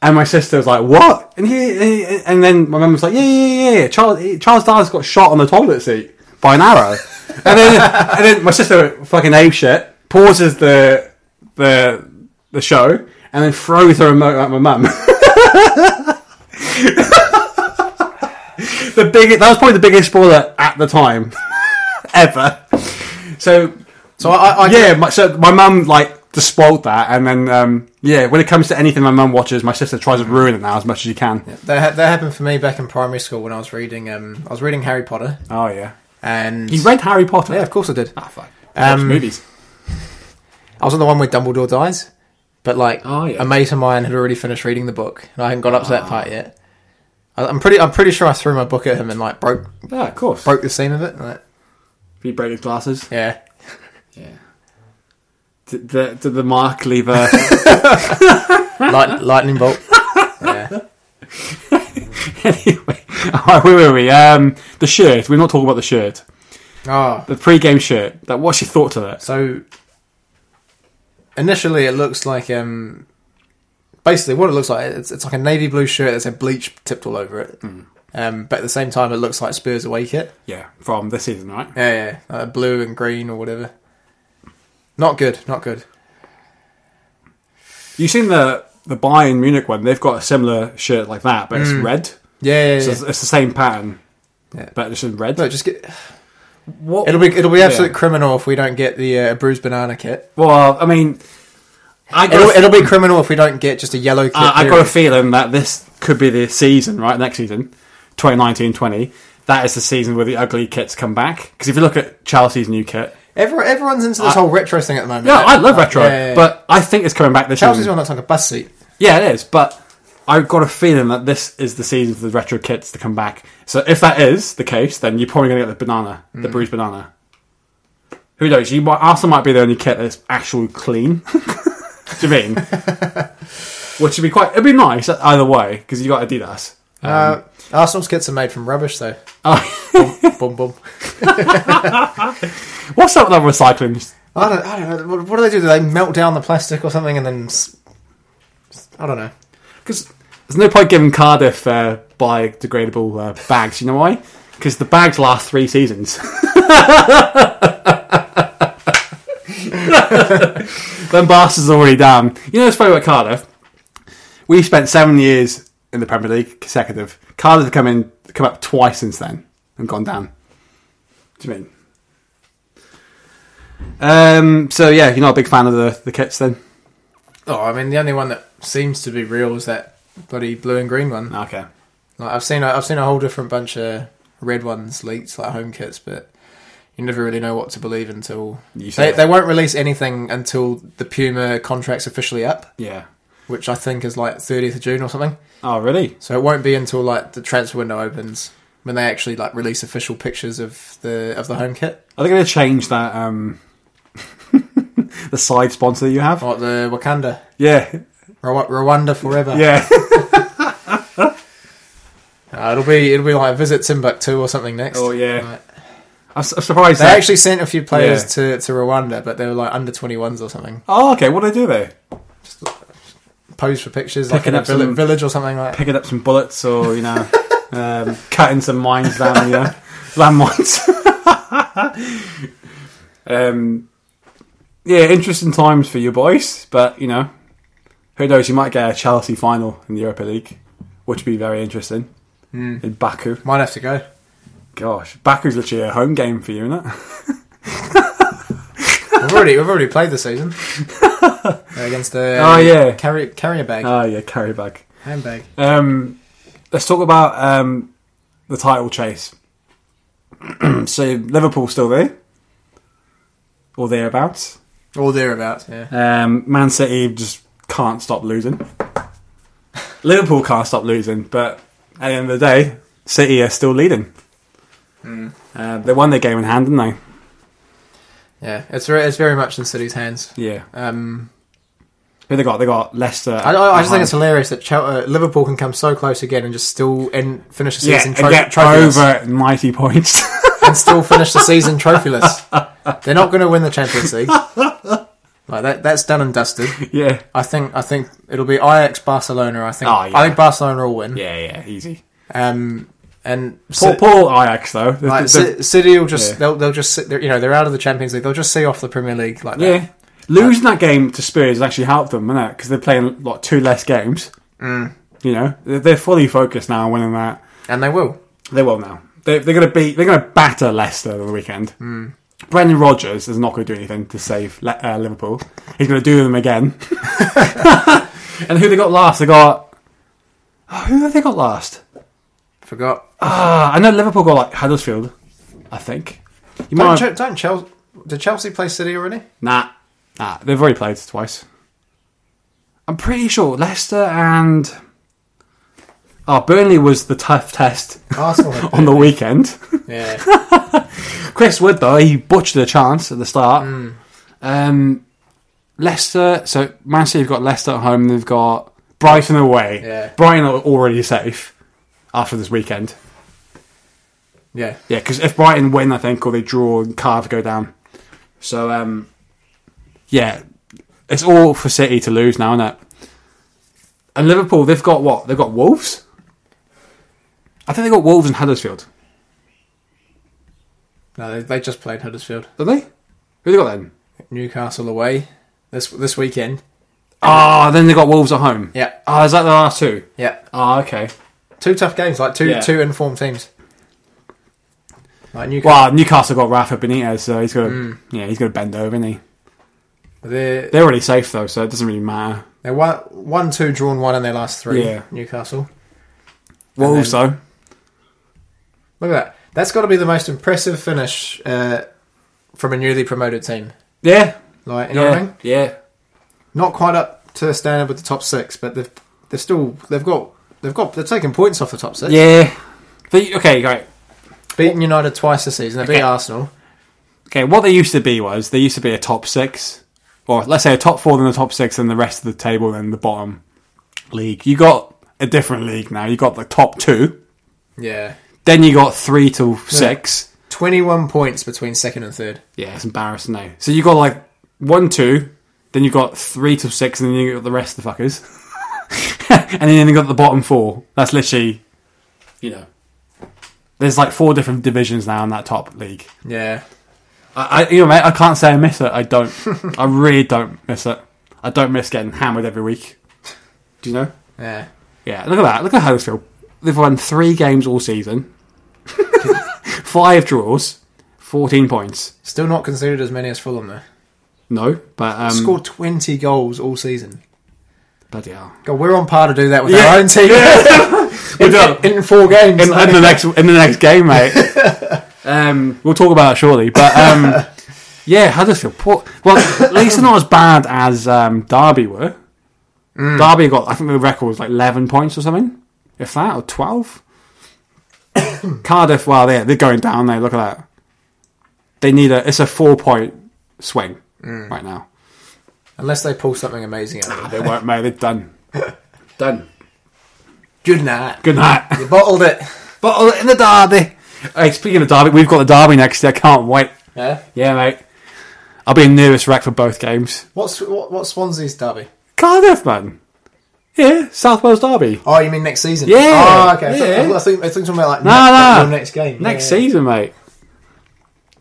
Speaker 2: And my sister was like, "What?" And he, he- and then my mum was like, "Yeah, yeah, yeah, yeah. Charles he- Charles Dance got shot on the toilet seat by an arrow." and then [LAUGHS] and then my sister went fucking ape shit pauses the the the show and then throws the remote at my mum. [LAUGHS] the big that was probably the biggest spoiler at the time [LAUGHS] ever. So
Speaker 1: So I, I, I
Speaker 2: yeah, my, so my mum like just spoiled that, and then um, yeah, when it comes to anything my mum watches, my sister tries to ruin it now as much as she can.
Speaker 1: That, ha- that happened for me back in primary school when I was reading. Um, I was reading Harry Potter,
Speaker 2: Oh yeah,
Speaker 1: and
Speaker 2: you read Harry Potter?
Speaker 1: yeah, of course I did.
Speaker 2: Ah, fuck.
Speaker 1: Um,
Speaker 2: Watch movies.
Speaker 1: I was on the one where Dumbledore dies, but like
Speaker 2: Oh, yeah. Ah.
Speaker 1: a mate of mine had already finished reading the book, and I hadn't got up to that part yet. I, I'm pretty, I'm pretty sure I threw my book at him and like broke
Speaker 2: Yeah, of course.
Speaker 1: broke the seam of it. Like,
Speaker 2: you break his glasses. [LAUGHS]
Speaker 1: yeah,
Speaker 2: Yeah. Did the, did the mark leave [LAUGHS] a
Speaker 1: Light, lightning bolt.
Speaker 2: [LAUGHS]
Speaker 1: Yeah.
Speaker 2: anyway? Alright, where were we? Um, the shirt. We're not talking about the shirt.
Speaker 1: Oh,
Speaker 2: The pre-game shirt. That what she thought of it.
Speaker 1: so initially it looks like um, basically what it looks like it's, it's like a navy blue shirt that's had bleach tipped all over it.
Speaker 2: Hmm.
Speaker 1: Um, but at the same time, it looks like Spurs away kit.
Speaker 2: Yeah, from this season, right?
Speaker 1: Yeah, yeah, uh, blue and green or whatever. Not good, not good.
Speaker 2: You seen the the Bayern Munich one? They've got a similar shirt like that, but it's red.
Speaker 1: Yeah, yeah,
Speaker 2: So
Speaker 1: yeah.
Speaker 2: it's, it's the same pattern,
Speaker 1: Yeah.
Speaker 2: but it's in red.
Speaker 1: No, just get.
Speaker 2: What?
Speaker 1: It'll be it'll be absolute
Speaker 2: Yeah.
Speaker 1: criminal if we don't get the uh, bruised banana kit.
Speaker 2: Well, I mean, I got,
Speaker 1: It'll,
Speaker 2: a-
Speaker 1: it'll be criminal if we don't get just a yellow kit.
Speaker 2: Ah, I, I got a
Speaker 1: period.
Speaker 2: feeling that this could be the season, right? Next season, 2019-20. That is the season where the ugly kits come back. Because if you look at Chelsea's new kit,
Speaker 1: Every, everyone's into this
Speaker 2: I-
Speaker 1: whole retro thing at the moment.
Speaker 2: yeah,
Speaker 1: right?
Speaker 2: I love retro,
Speaker 1: Yeah, yeah, yeah.
Speaker 2: but I think it's coming back this
Speaker 1: Chelsea's
Speaker 2: season.
Speaker 1: one that's like a bus seat.
Speaker 2: Yeah, it is. But I've got a feeling that this is the season for the retro kits to come back. So if that is the case, then you're probably going to get the banana, the bruised banana. Who knows? You might, Arsenal might be the only kit that's actually clean. [LAUGHS] Do you mean? Which would be quite. It'd be nice either way because you got Adidas.
Speaker 1: uh, Arsenal's kits are made from rubbish though.
Speaker 2: Oh, [LAUGHS]
Speaker 1: boom, boom.
Speaker 2: what's up with that recycling?
Speaker 1: I don't, I don't know. What, what do they do? Do they melt down the plastic or something and then? s- I don't know.
Speaker 2: Because there's no point giving Cardiff uh, biodegradable uh, bags. You know why? Because the bags last three seasons. [LAUGHS] Them bastards are already down. You know, it's funny about Cardiff. We spent seven years in the Premier League consecutive. Cardiff have come in, come up twice since then and gone down. Do you mean? Um, so yeah, you're not a big fan of the, the kits then?
Speaker 1: Oh, I mean, the only one that seems to be real is that bloody blue and green one.
Speaker 2: Okay.
Speaker 1: Like I've seen, I've seen a whole different bunch of red ones leaked, like home kits, but you never really know what to believe until
Speaker 2: You say
Speaker 1: they,
Speaker 2: that.
Speaker 1: they won't release anything until the Puma contract's officially up,
Speaker 2: Yeah.
Speaker 1: which I think is like 30th of June or something.
Speaker 2: Oh really?
Speaker 1: So it won't be until like the transfer window opens when they actually like release official pictures of the of the home kit.
Speaker 2: Are they going to change that um, [LAUGHS] the side sponsor you have.
Speaker 1: What the Wakanda,
Speaker 2: Yeah,
Speaker 1: Rwa- Rwanda forever.
Speaker 2: yeah. [LAUGHS]
Speaker 1: Uh, it'll be it'll be like visit Timbuktu or something next.
Speaker 2: Oh, yeah.
Speaker 1: Right.
Speaker 2: I'm, su- I'm surprised.
Speaker 1: They
Speaker 2: that-
Speaker 1: actually sent a few players
Speaker 2: Yeah.
Speaker 1: to, to Rwanda, but they were like under 21s or something.
Speaker 2: Oh, okay. What do they do there?
Speaker 1: Posed for pictures, like in
Speaker 2: Picking
Speaker 1: a
Speaker 2: up
Speaker 1: vill-
Speaker 2: some-
Speaker 1: village or something like that.
Speaker 2: Picking up some bullets, or
Speaker 1: [LAUGHS]
Speaker 2: you know, um, cutting some mines down, you know, landmines. [LAUGHS] um, yeah, interesting times for you boys, but you know, who knows? You might get a Chelsea final in the Europa League, which would be very interesting
Speaker 1: Hmm.
Speaker 2: in Baku.
Speaker 1: Might have to go.
Speaker 2: Gosh, Baku's literally a home game for you, isn't it? [LAUGHS]
Speaker 1: We've already we've already played the
Speaker 2: [LAUGHS]
Speaker 1: season Uh, against the
Speaker 2: Oh, yeah.
Speaker 1: carry, carrier bag
Speaker 2: Ah, yeah, carry back.
Speaker 1: handbag.
Speaker 2: Um, let's talk about um, the title chase. [CLEARS THROAT] so Liverpool still there, or thereabouts.
Speaker 1: All thereabouts. Yeah.
Speaker 2: Um, Man City just can't stop losing. [LAUGHS] Liverpool can't stop losing, but at the end of the day, City are still leading. Uh, they won their game in hand, didn't they?
Speaker 1: Yeah, it's very, it's very much in City's hands.
Speaker 2: Yeah.
Speaker 1: Um,
Speaker 2: Who they got? They got Leicester.
Speaker 1: I, I, I just think
Speaker 2: behind.
Speaker 1: it's hilarious that Chel- uh, Liverpool can come so close again and just still and finish the
Speaker 2: yeah,
Speaker 1: season
Speaker 2: and
Speaker 1: tro-
Speaker 2: get
Speaker 1: trophyless
Speaker 2: over ninety points. [LAUGHS]
Speaker 1: and still finish the season trophyless. They're not going to win the Champions League. Like that, that's done and dusted.
Speaker 2: yeah,
Speaker 1: I think I think it'll be Ajax Barcelona. I think
Speaker 2: Oh, yeah.
Speaker 1: I think Barcelona will win.
Speaker 2: yeah, yeah, easy.
Speaker 1: Um, and
Speaker 2: Poor,
Speaker 1: Ci-
Speaker 2: poor oh, Ajax though. The-
Speaker 1: like,
Speaker 2: the-
Speaker 1: Ci- City will just
Speaker 2: Yeah.
Speaker 1: they'll they'll just sit there. You know they're out of the Champions League. They'll just see off the Premier League like that.
Speaker 2: Yeah. Losing that game to Spurs has actually helped them, isn't it? Because they're playing like two less games. Mm. You know, they're, they're fully focused now on winning that.
Speaker 1: and they will.
Speaker 2: They will now. They, they're going to beat. They're going to batter Leicester on the weekend. Mm. Brendan Rodgers is not going to do anything to save Le- uh, Liverpool. He's going to do them [LAUGHS] again. and who they got last? They got. Oh, who have they got last?
Speaker 1: Forgot.
Speaker 2: Ah, I know Liverpool got like Huddersfield. I think. You
Speaker 1: Don't,
Speaker 2: might.
Speaker 1: Che- don't Chelsea? Did Chelsea play City already?
Speaker 2: Nah, nah, they've already played twice. I'm pretty sure Leicester and oh, Burnley was the tough test [LAUGHS]
Speaker 1: Arsenal.
Speaker 2: on the weekend.
Speaker 1: yeah.
Speaker 2: Chris Wood though he butchered a chance at the start. Um, Leicester, so Man City have got Leicester at home. They've got Brighton away.
Speaker 1: Yeah.
Speaker 2: Brighton are already safe after this weekend.
Speaker 1: Yeah.
Speaker 2: Yeah, because if Brighton win, I think, or they draw, Cardiff go down. So, um, yeah, it's all for City to lose now, isn't it? And Liverpool, they've got what? They've got Wolves? I think they got Wolves and Huddersfield.
Speaker 1: No, they, they just played Huddersfield,
Speaker 2: Did they? Who they got then?
Speaker 1: Newcastle away this this weekend.
Speaker 2: Ah, then they got Wolves at home.
Speaker 1: Yeah.
Speaker 2: Ah, is that the last two?
Speaker 1: Yeah.
Speaker 2: Ah, okay.
Speaker 1: Two tough games, like two
Speaker 2: Yeah.
Speaker 1: two informed teams. Like Newcastle,
Speaker 2: Well, Newcastle got Rafa Benitez, so he's got to,
Speaker 1: Hmm.
Speaker 2: yeah, he's got to bend over, isn't he?
Speaker 1: they're
Speaker 2: They're already safe though, so it doesn't really matter.
Speaker 1: they're one, one two drawn one in their last three.
Speaker 2: Yeah.
Speaker 1: Newcastle.
Speaker 2: Wolves though,
Speaker 1: Look at that. That's got to be the most impressive finish uh, from a newly promoted team.
Speaker 2: yeah,
Speaker 1: Like you know what I
Speaker 2: yeah,
Speaker 1: mean?
Speaker 2: yeah.
Speaker 1: Not quite up to standard with the top six, but they've they've still they've got they've got they're taking points off the top six.
Speaker 2: Yeah. But, okay, great.
Speaker 1: Beaten United twice this season. They beat
Speaker 2: Okay.
Speaker 1: Arsenal.
Speaker 2: Okay, what they used to be was they used to be a top six, or let's say a top four, then a top six, then the rest of the table, then the bottom league. You got a different league now. You got the top two,
Speaker 1: Yeah.
Speaker 2: then you got three to six.
Speaker 1: Twenty one points between second and third.
Speaker 2: Yeah, it's embarrassing now. So you got like one, two, then you got three to six, and then you got the rest of the fuckers, [LAUGHS] and then you got the bottom four. That's literally, you know, there's like four different divisions now in that top league.
Speaker 1: Yeah.
Speaker 2: I, I you know, mate, I can't say I miss it. I don't. I really don't miss it. I don't miss getting hammered every week. Do you know?
Speaker 1: Yeah.
Speaker 2: Yeah. Look at that. Look at Huddersfield. They've won three games all season, five draws, fourteen points.
Speaker 1: Still not considered as many as Fulham though.
Speaker 2: No, but um,
Speaker 1: Scored twenty goals all season.
Speaker 2: bloody hell.
Speaker 1: God, we're on par to do that with
Speaker 2: Yeah.
Speaker 1: our own team.
Speaker 2: [LAUGHS] We're
Speaker 1: in,
Speaker 2: done.
Speaker 1: [LAUGHS] in four games.
Speaker 2: in, in the next in the next game, mate. um, we'll talk about it shortly, but um, yeah, Huddersfield. Poor, well, at least they're not as bad as um, Derby were. Derby got, I think, the record was like eleven points or something, if that, or twelve. Cardiff, well, they're they're going down there. Look at that. They need a. It's a four point swing right now.
Speaker 1: Unless they pull something amazing out of it.
Speaker 2: They weren't made. They're done. done.
Speaker 1: Good night.
Speaker 2: Good night.
Speaker 1: You bottled it.
Speaker 2: Bottle in [LAUGHS] the derby. Hey, speaking of derby, we've got the derby next year. Can't wait.
Speaker 1: Yeah.
Speaker 2: Yeah, mate. I'll be in nearest wreck for both games.
Speaker 1: What's what, what's Swansea's derby?
Speaker 2: Cardiff, man. Yeah, South Wales derby.
Speaker 1: Oh, you mean next season?
Speaker 2: Yeah,
Speaker 1: Oh, okay. I thought-
Speaker 2: yeah.
Speaker 1: I, thought, I, think, I think talking about like
Speaker 2: No,
Speaker 1: next,
Speaker 2: no.
Speaker 1: your next game.
Speaker 2: Next
Speaker 1: Yeah, yeah.
Speaker 2: season, mate.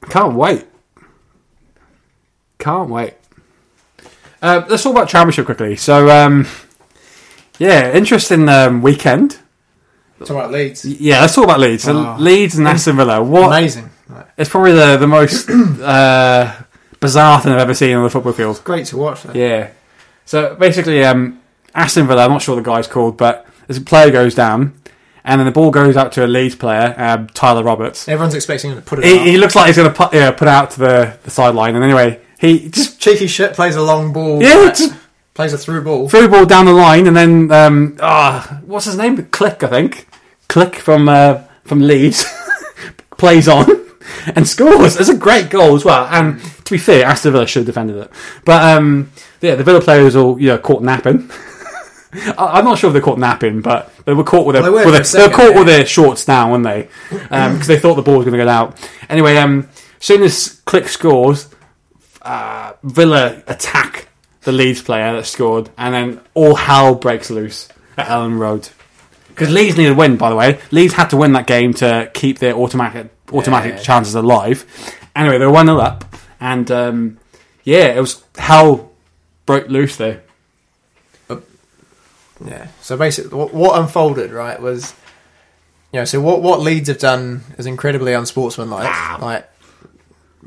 Speaker 2: Can't wait. Can't wait. Uh, let's talk about championship quickly. So, um, yeah, interesting um, weekend.
Speaker 1: Talking about Leeds.
Speaker 2: Yeah, let's talk about Leeds. So
Speaker 1: Wow.
Speaker 2: Leeds and Aston Villa. What?
Speaker 1: Amazing. Like,
Speaker 2: It's probably the the most [CLEARS THROAT] uh, bizarre thing I've ever seen on the football field.
Speaker 1: great to watch. That.
Speaker 2: Yeah. So basically, um, Aston Villa. I'm not sure the guy's called, but this player goes down, and then the ball goes out to a Leeds player, um, Tyler Roberts.
Speaker 1: Everyone's expecting him to put it
Speaker 2: He,
Speaker 1: up.
Speaker 2: he looks like he's going to put, yeah, put out to the, the sideline, and anyway, he just
Speaker 1: Cheeky shit plays a long ball.
Speaker 2: Yeah,
Speaker 1: like,
Speaker 2: just-
Speaker 1: plays a through ball.
Speaker 2: threw the ball down the line, and then um, ah, what's his name? Click, I think. Click from uh, from Leeds [LAUGHS] plays on [LAUGHS] and scores. It's a great goal as well. And to be fair, Aston Villa should have defended it, but um, yeah, the Villa players all you know caught napping. [LAUGHS] I- I'm not sure if they are caught napping, but they were caught with their
Speaker 1: They were
Speaker 2: with
Speaker 1: for a
Speaker 2: their, they
Speaker 1: second,
Speaker 2: were caught with
Speaker 1: yeah.
Speaker 2: their shorts down, weren't they? Because they thought the ball was going to go out. Anyway, um, as soon as Click scores, uh, Villa attack the Leeds player that scored, and then all hell breaks loose at Ellen Road. Because Leeds needed a win, by the way. Leeds had to win that game to keep their automatic automatic
Speaker 1: Yeah.
Speaker 2: chances alive. Anyway, they were one 0 up, and um, yeah, it was hell broke loose there.
Speaker 1: Yeah. So basically, what, what unfolded right was, you know, so what what Leeds have done is incredibly unsportsmanlike. Like,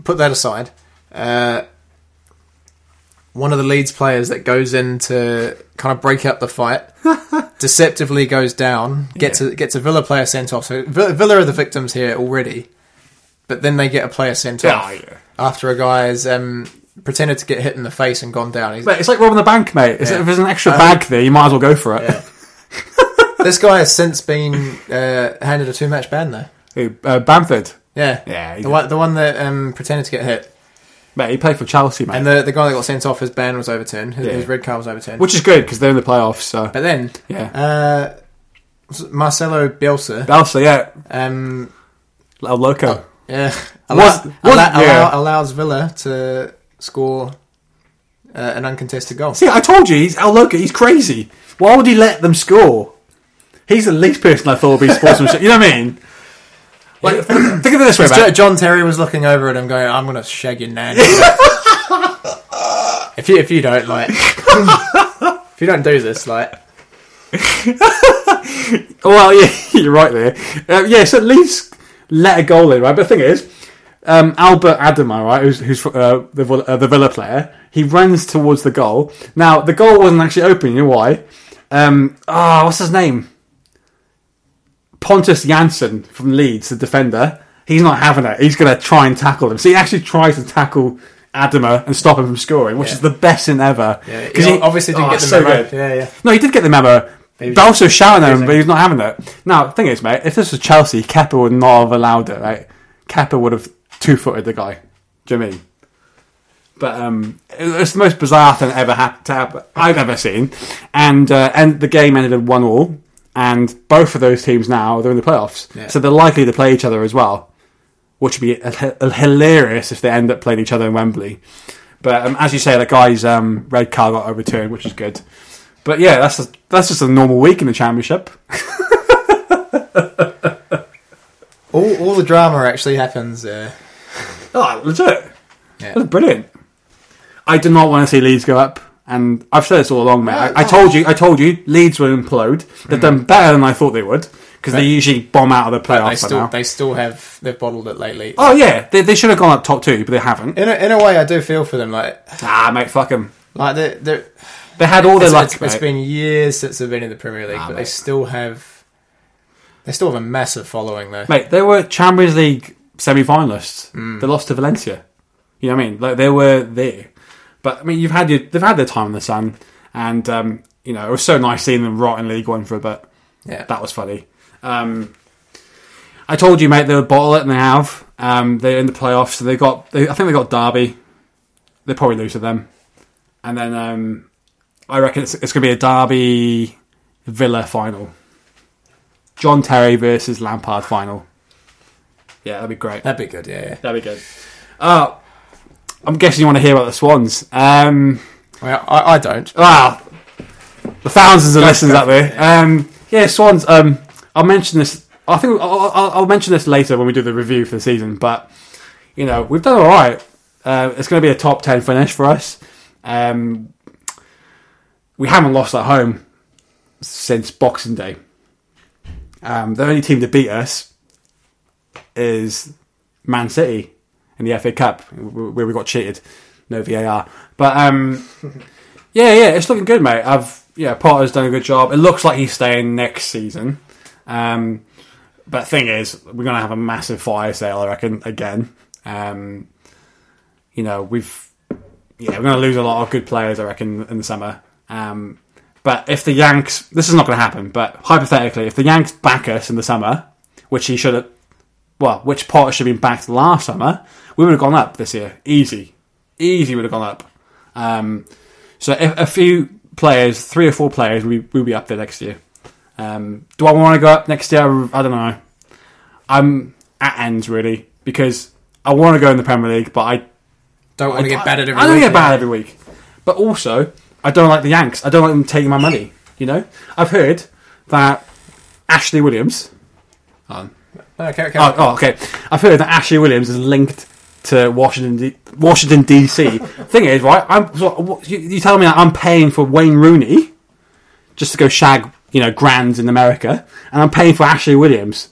Speaker 1: put that aside. Uh, one of the Leeds players that goes in to kind of break up the
Speaker 2: [LAUGHS]
Speaker 1: fight, deceptively goes down, gets a gets a Villa player sent off. So Villa, Villa are the victims here already, but then they get a player sent
Speaker 2: Yeah,
Speaker 1: off
Speaker 2: yeah.
Speaker 1: after a guy's um, pretended to get hit in the face and gone down. He's,
Speaker 2: But it's like robbing the bank, mate. It's-
Speaker 1: Yeah.
Speaker 2: If there's an extra
Speaker 1: I
Speaker 2: bag there, you might as well go for it. [LAUGHS]
Speaker 1: Yeah. this guy has since been uh, handed a two match ban though.
Speaker 2: Who, uh, Bamford,
Speaker 1: Yeah,
Speaker 2: Yeah, he
Speaker 1: The one, the one that um, pretended to get hit,
Speaker 2: mate, he played for Chelsea, mate,
Speaker 1: and the the guy that got sent off, his ban was overturned, his,
Speaker 2: Yeah.
Speaker 1: his red card was overturned.
Speaker 2: which is good because they're in the playoffs. So
Speaker 1: but then,
Speaker 2: yeah,
Speaker 1: uh, was it Marcelo Bielsa,
Speaker 2: Chelsea, yeah,
Speaker 1: um,
Speaker 2: El Loco.
Speaker 1: Oh.
Speaker 2: [LAUGHS]
Speaker 1: yeah,
Speaker 2: Was-
Speaker 1: allow-
Speaker 2: was-
Speaker 1: allow-
Speaker 2: yeah.
Speaker 1: allow- allows Villa to score uh, an uncontested goal.
Speaker 2: See, I told you, he's El Loco. He's crazy. Why would he let them score? He's the least person I thought would be sportsmanship. you know what I mean? Like, think of it this way,
Speaker 1: Jo-
Speaker 2: man.
Speaker 1: John Terry was looking over at him, going, "I'm going to shag your
Speaker 2: [LAUGHS]
Speaker 1: nan." if you if you don't like, [LAUGHS] if you don't do this, like.
Speaker 2: Well, [LAUGHS] yeah, you're right there. Uh, yeah, so at least let a goal in, right? But the thing is, um, Albert Adama, right, who's, who's uh, the, Villa- uh, the Villa player, he runs towards the goal. Now, the goal wasn't actually open. You know why? Um, ah, what's his name? Pontus Janssen from Leeds, the defender, he's not having it. He's going to try and tackle him. So he actually tries to tackle Adama and stop him from scoring, which
Speaker 1: Yeah.
Speaker 2: is the best thing ever.
Speaker 1: Yeah,
Speaker 2: 'Cause
Speaker 1: he obviously didn't
Speaker 2: Oh,
Speaker 1: get the
Speaker 2: so
Speaker 1: memo.
Speaker 2: good.
Speaker 1: Yeah, yeah.
Speaker 2: No, he did get the memo.
Speaker 1: He was
Speaker 2: But also shouting at him,
Speaker 1: confusing.
Speaker 2: but he's not having it. Now, the thing is, mate, if this was Chelsea, Kepper would not have allowed it, right? Kepper would have two footed the guy. Do you know what I mean? But um, it- it's the most bizarre thing ever hap- to happen I've ever seen. And uh, and the game ended at one all. And both of those teams now they're in the playoffs,
Speaker 1: Yeah.
Speaker 2: so they're likely to play each other as well, which would be h- hilarious if they end up playing each other in Wembley. But um, as you say, the guy's um, red card got overturned, which is good. But yeah, that's a, that's just a normal week in the championship.
Speaker 1: All, all the drama actually happens. Uh,
Speaker 2: Oh, legit.
Speaker 1: Yeah.
Speaker 2: That's brilliant. I do not want to see Leeds go up, and I've said this all along, mate. I, I told you, I told you, Leeds will implode.
Speaker 1: Mm-hmm.
Speaker 2: They've done better than I thought they would because they usually bomb out of the
Speaker 1: they
Speaker 2: playoffs by
Speaker 1: still
Speaker 2: now.
Speaker 1: they still have they've bottled it lately.
Speaker 2: oh yeah, they, they should have gone up top two, but they haven't.
Speaker 1: In a, in a way, I do feel for them. Like
Speaker 2: ah, mate, fuck them.
Speaker 1: like they're, they're,
Speaker 2: They had all their
Speaker 1: it's,
Speaker 2: luck.
Speaker 1: it's- it's
Speaker 2: mate.
Speaker 1: been years since they've been in the Premier League,
Speaker 2: Ah,
Speaker 1: but
Speaker 2: mate.
Speaker 1: they still have they still have a massive following though.
Speaker 2: Mate, they were Champions League semi-finalists.
Speaker 1: Mm.
Speaker 2: They lost to Valencia. You know what I mean? Like they were there. But I mean, you've had your, they've had their time in the sun, and um, you know it was so nice seeing them rot in League One for a bit.
Speaker 1: Yeah,
Speaker 2: That was funny. Um, I told you, mate, they would bottle it, and they have. Um, they're in the playoffs, so they got. They, I think they got Derby. They probably lose to them. and then um, I reckon it's, it's going to be a Derby Villa final. John Terry versus Lampard final. Yeah, that'd be great.
Speaker 1: That'd be good, yeah, yeah.
Speaker 2: That'd be good. Uh, I'm guessing you want to hear about the Swans. Um,
Speaker 1: Well, I, I don't.
Speaker 2: Wow. The thousands of listeners out there. Um, yeah, Swans. Um, I'll mention this. I think I'll, I'll, I'll mention this later when we do the review for the season. But you know, we've done all right. Uh, it's going to be a top ten finish for us. Um, we haven't lost at home since Boxing Day. Um, the only team to beat us is Man City in the FA Cup, where we got cheated. No VAR, but um, yeah, yeah, it's looking good, mate. I've yeah, Potter's done a good job. It looks like he's staying next season. Um, but thing is, we're gonna have a massive fire sale, I reckon, again. Um, you know, we've yeah, we're gonna lose a lot of good players, I reckon, in the summer. Um, but if the Yanks, this is not gonna happen. But hypothetically, if the Yanks back us in the summer, which he should have, well, which Potter should have been backed last summer, we would have gone up this year, easy, easy would have gone up. Um, so if a few players, three or four players, we will be up there next year. Um, do I want to go up next year? I don't know. I'm at ends really because I want to go in the Premier League, but I
Speaker 1: Don't want to get battered every
Speaker 2: I don't
Speaker 1: week,
Speaker 2: get bad every week. But also, I don't like the Yanks. I don't like them taking my money. You know, I've heard that Ashley Williams.
Speaker 1: yeah. Okay, okay.
Speaker 2: Oh, oh, okay. I've heard that Ashley Williams is linked to Washington, D- Washington D.C. [LAUGHS] Thing is, right? I'm so, what, you, you telling me that I'm paying for Wayne Rooney just to go shag, you know, grands in America, and I'm paying for Ashley Williams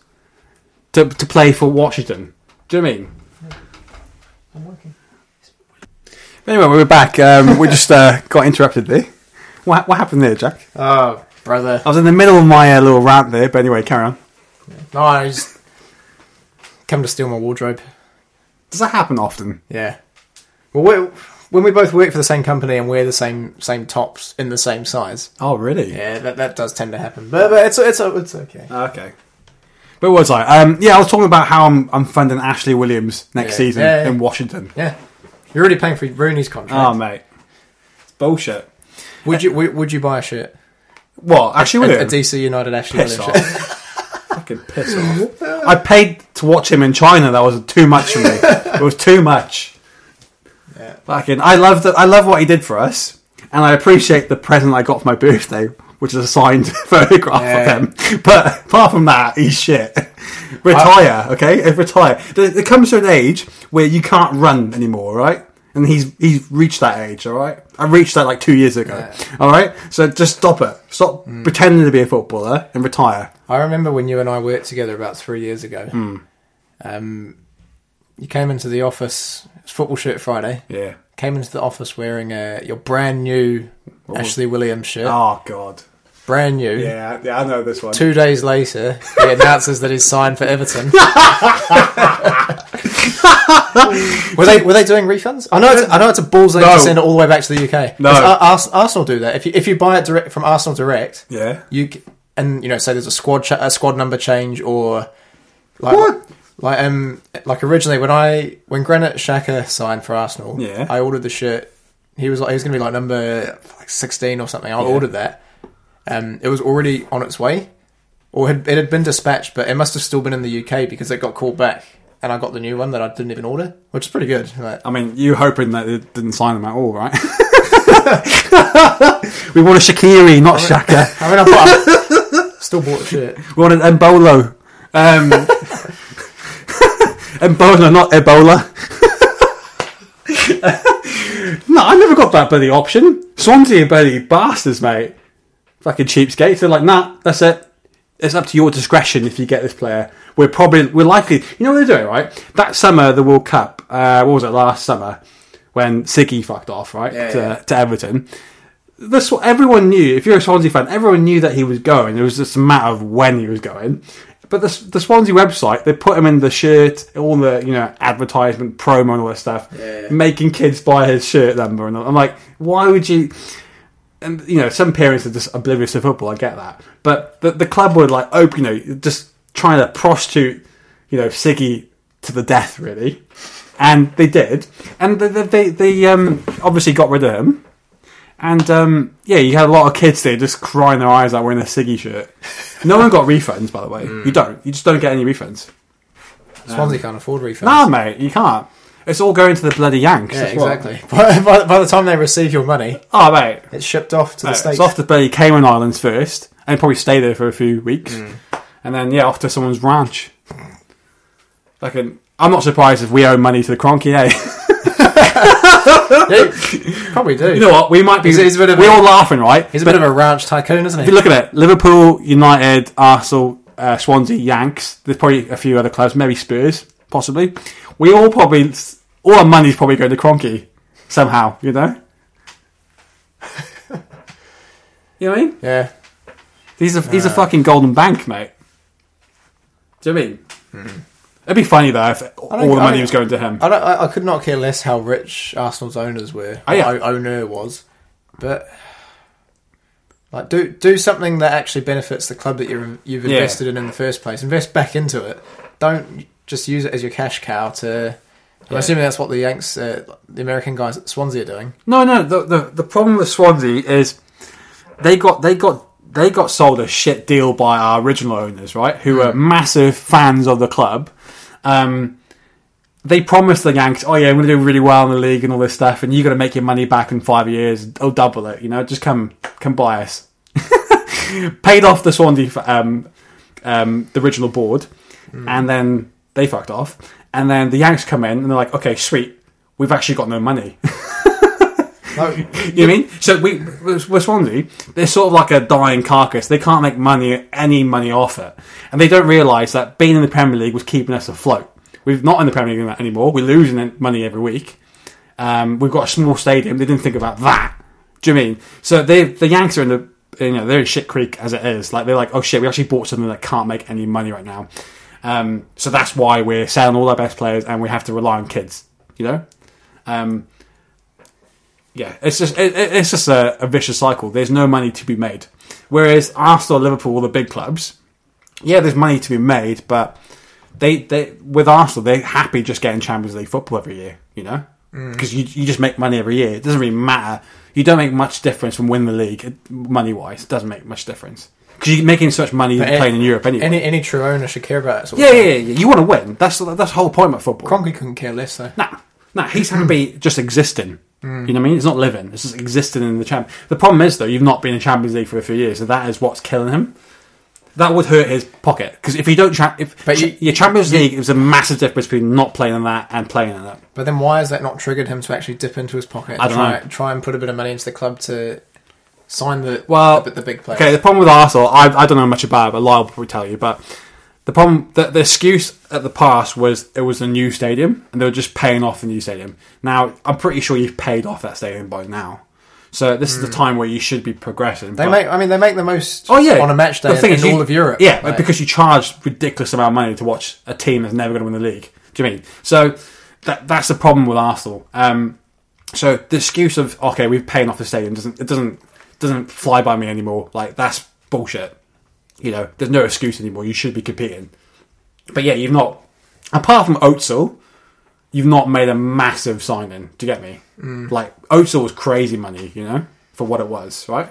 Speaker 2: to to play for Washington. Do you know what I mean?
Speaker 1: Anyway, we're back. Um, we just
Speaker 2: [LAUGHS]
Speaker 1: uh, got interrupted there.
Speaker 2: What, what happened there, Jack?
Speaker 1: Oh, brother.
Speaker 2: I was in the middle of my uh, little rant there, but anyway, carry on.
Speaker 1: No, I just come to steal my wardrobe.
Speaker 2: Does that happen often?
Speaker 1: Yeah. Well, we when we both work for the same company and wear the same same tops in the same size,
Speaker 2: Oh, really?
Speaker 1: yeah, that, that does tend to happen. But, but it's it's it's okay.
Speaker 2: Okay. But what was I? Um, yeah, I was talking about how I'm, I'm funding Ashley Williams next
Speaker 1: Yeah.
Speaker 2: season
Speaker 1: Yeah, yeah.
Speaker 2: in Washington.
Speaker 1: Yeah, you're already paying for Rooney's
Speaker 2: Oh,
Speaker 1: contract.
Speaker 2: mate. It's bullshit.
Speaker 1: would you would, would you buy a shirt?
Speaker 2: What? Ashley
Speaker 1: a, a
Speaker 2: Williams?
Speaker 1: DC United Ashley
Speaker 2: piss
Speaker 1: Williams shirt. [LAUGHS]
Speaker 2: off. Fucking piss off. I paid to watch him in China. That was too much for me. it was too much.
Speaker 1: Yeah.
Speaker 2: Fucking, I love that. I love what he did for us, and I appreciate the present I got for my birthday, which is a signed [LAUGHS] photograph
Speaker 1: Yeah.
Speaker 2: of him. But apart from that,
Speaker 1: [LAUGHS]
Speaker 2: he's shit. Retire, okay? Eh, Retire. There, there comes to an age where you can't run anymore, right? And he's he's reached that age, all right. I reached that like two years ago, all right. So just stop it. Stop
Speaker 1: Mm.
Speaker 2: pretending to be a footballer and retire.
Speaker 1: I remember when you and I worked together about three years ago.
Speaker 2: Hmm.
Speaker 1: Um, you came into the office. It's football shirt Friday.
Speaker 2: Yeah.
Speaker 1: Came into the office wearing a, your brand new Ashley Williams shirt.
Speaker 2: Oh God.
Speaker 1: Brand new.
Speaker 2: Yeah, yeah, I know this one.
Speaker 1: Two days later,
Speaker 2: [LAUGHS]
Speaker 1: he announces that he's signed for Everton. were they were they doing refunds? I know it's, I know it's a balls they
Speaker 2: No.
Speaker 1: to send it all the way back to the UK.
Speaker 2: No.
Speaker 1: 'Cause Ar- Ars- Arsenal do that. If you if you buy it direct from Arsenal Direct,
Speaker 2: Yeah.
Speaker 1: you c- and you know say there's a squad cha- a squad number change or like
Speaker 2: What?
Speaker 1: like um like originally when I when Granit Xhaka signed for Arsenal,
Speaker 2: Yeah.
Speaker 1: I ordered the shirt. He was like he was gonna be like number like sixteen or something. I ordered that. Um, it was already on its way, or had, it had been dispatched, but it must have still been in the UK because it got called back, and I got the new one that I didn't even order, which is pretty good. Like,
Speaker 2: I mean, you were hoping that it didn't sign him at all, [LAUGHS] right? we wanted Shakiri, not [LAUGHS] Shaka.
Speaker 1: I mean, I bought, still bought the shirt.
Speaker 2: We wanted Embolo. Um, [LAUGHS] Embolo, not Ebola. [LAUGHS] no, I never got that bloody option. Swansea are bloody bastards, mate. Fucking cheapskates. They're like, nah, that's it. It's up to your discretion if you get this player. We're probably, we're likely, you know what they're doing, right? That summer, the World Cup, uh, what was it, last summer, when Siggy fucked off, right,
Speaker 1: Yeah,
Speaker 2: to,
Speaker 1: yeah.
Speaker 2: to Everton. The, Sw- everyone knew, if you're a Swansea fan, everyone knew that he was going. It was just a matter of when he was going. But the, S- the Swansea website, they put him in the shirt, all the, you know, advertisement, promo and all that stuff,
Speaker 1: Yeah.
Speaker 2: making kids buy his shirt number. And all- I'm like, why would you and you know some parents are just oblivious to football. I get that, but the, the club were like, oh, you know, just trying to prostitute, you know, Siggy to the death, really, and they did, and they they, they, they um, obviously got rid of him, And um, yeah, you had a lot of kids there just crying their eyes out wearing their Siggy shirt. No one got refunds, by the way.
Speaker 1: Mm.
Speaker 2: You don't. You just don't get any refunds.
Speaker 1: Swansea can't afford refunds.
Speaker 2: Nah, mate, you can't. It's all going to the bloody Yanks.
Speaker 1: yeah,
Speaker 2: as well.
Speaker 1: exactly. [LAUGHS] By, by, by the time they receive your money,
Speaker 2: Oh, mate.
Speaker 1: it's shipped off to the
Speaker 2: No,
Speaker 1: states.
Speaker 2: Uh, It's off
Speaker 1: [LAUGHS]
Speaker 2: to bloody Cayman Islands first, and probably stay there for a few weeks,
Speaker 1: Mm.
Speaker 2: and then yeah, off to someone's ranch. Like, an, I'm not surprised if we owe money to the Cronky. Eh?
Speaker 1: Yeah, probably do.
Speaker 2: [LAUGHS] you know what? We might be.
Speaker 1: He's- he's a bit of
Speaker 2: we're
Speaker 1: a-
Speaker 2: all laughing, right?
Speaker 1: He's a
Speaker 2: But
Speaker 1: bit of a ranch tycoon, isn't
Speaker 2: if
Speaker 1: he?
Speaker 2: you look at it, Liverpool, United, Arsenal, uh, Swansea, Yanks. There's probably a few other clubs, maybe Spurs, possibly. We all probably all our money's probably going to Cronky somehow. You know. [LAUGHS] you know what I mean?
Speaker 1: Yeah.
Speaker 2: He's a
Speaker 1: Uh.
Speaker 2: he's a fucking golden bank, mate. Do you know what I mean? It'd be funny though if all the
Speaker 1: Hmm. I
Speaker 2: money
Speaker 1: don't-
Speaker 2: was going to him.
Speaker 1: I, don't, I, I could not care less how rich Arsenal's owners were,
Speaker 2: Oh, yeah.
Speaker 1: o- owner was, but like do do something that actually benefits the club that you're, you've
Speaker 2: Yeah.
Speaker 1: invested in in the first place. Invest back into it. Don't just use it as your cash cow to. I'm
Speaker 2: Yeah.
Speaker 1: assuming that's what the Yanks, uh, the American guys at Swansea are doing.
Speaker 2: No, no. The, the the problem with Swansea is they got they got they got sold a shit deal by our original owners, right? Who were massive fans of the club. Um, they promised the Yanks, "Oh yeah, I'm going to do really well in the league and all this stuff, and you got to make your money back in five years. I'll double it. You know, just come come buy us." [LAUGHS] Paid off the Swansea um, um, the original board, and then they fucked off. And then the Yanks come in and they're like, "Okay, sweet, we've actually got no money." [LAUGHS]
Speaker 1: No,
Speaker 2: You know what I mean? So we with with Swansea, they're sort of like a dying carcass. They can't make money any money off it, and they don't realise that being in the Premier League was keeping us afloat. We're not in the Premier League anymore. We're losing money every week. Um, we've got a small stadium. They didn't think about that. Do you know what I mean? So they the Yanks are in the you know they're in shit creek as it is. Like they're like oh shit, we actually bought something that can't make any money right now. Um, so that's why we're selling all our best players and we have to rely on kids. You know. Um, yeah, it's just it, it- it's just a, a vicious cycle. There's no money to be made. Whereas Arsenal, Liverpool, the big clubs, yeah, there's money to be made, but they they with Arsenal, they're happy just getting Champions League football every year, you know, because you you just make money every year. It doesn't really matter. You don't make much difference from win the league money wise. It doesn't make much difference because you're making so much money
Speaker 1: But
Speaker 2: playing
Speaker 1: a-
Speaker 2: in Europe anyway.
Speaker 1: any any true owner should care about it. Sort of
Speaker 2: yeah, yeah,
Speaker 1: thing.
Speaker 2: yeah, yeah. You want to win. That's that's the whole point of football.
Speaker 1: Cronky couldn't care less though.
Speaker 2: Nah, nah,
Speaker 1: [CLEARS THROAT]
Speaker 2: he's happy just existing.
Speaker 1: Mm.
Speaker 2: You know what I mean? It's not living. It's just existing in the champ. The problem is though, you've not been in Champions League for a few years, so that is what's killing him. That would hurt his pocket because if you don't, cha- if
Speaker 1: But
Speaker 2: cha-
Speaker 1: you-
Speaker 2: your Champions League, is a massive difference between not playing in that and playing in that.
Speaker 1: But then why has that not triggered him to actually dip into his pocket and
Speaker 2: I don't
Speaker 1: try,
Speaker 2: know.
Speaker 1: try and put a bit of money into the club to sign the
Speaker 2: Well,
Speaker 1: the, the big players?
Speaker 2: Okay, the problem with Arsenal, I, I don't know much about it, but Lyle will probably tell you. But the problem, the, the excuse at the past was it was a new stadium and they were just paying off the new stadium. Now, I'm pretty sure you've paid off that stadium by now. So this is the time where you should be progressing.
Speaker 1: Hmm. They
Speaker 2: but-
Speaker 1: make I mean they make the most
Speaker 2: oh yeah,
Speaker 1: on a match day
Speaker 2: The thing
Speaker 1: in
Speaker 2: is,
Speaker 1: all
Speaker 2: you-
Speaker 1: of Europe.
Speaker 2: Yeah,
Speaker 1: like,
Speaker 2: because you charge ridiculous amount of money to watch a team that's never going to win the league. Do you mean? So that that's the problem with Arsenal. Um, so the excuse of okay, we're paying off the stadium doesn't it doesn't doesn't fly by me anymore. Like that's bullshit. You know, there's no excuse anymore. You should be competing. But yeah, you've not. Apart from Otsel, you've not made a massive signing. Do you get me?
Speaker 1: Mm.
Speaker 2: Like Otsel was crazy money, you know, for what it was, right?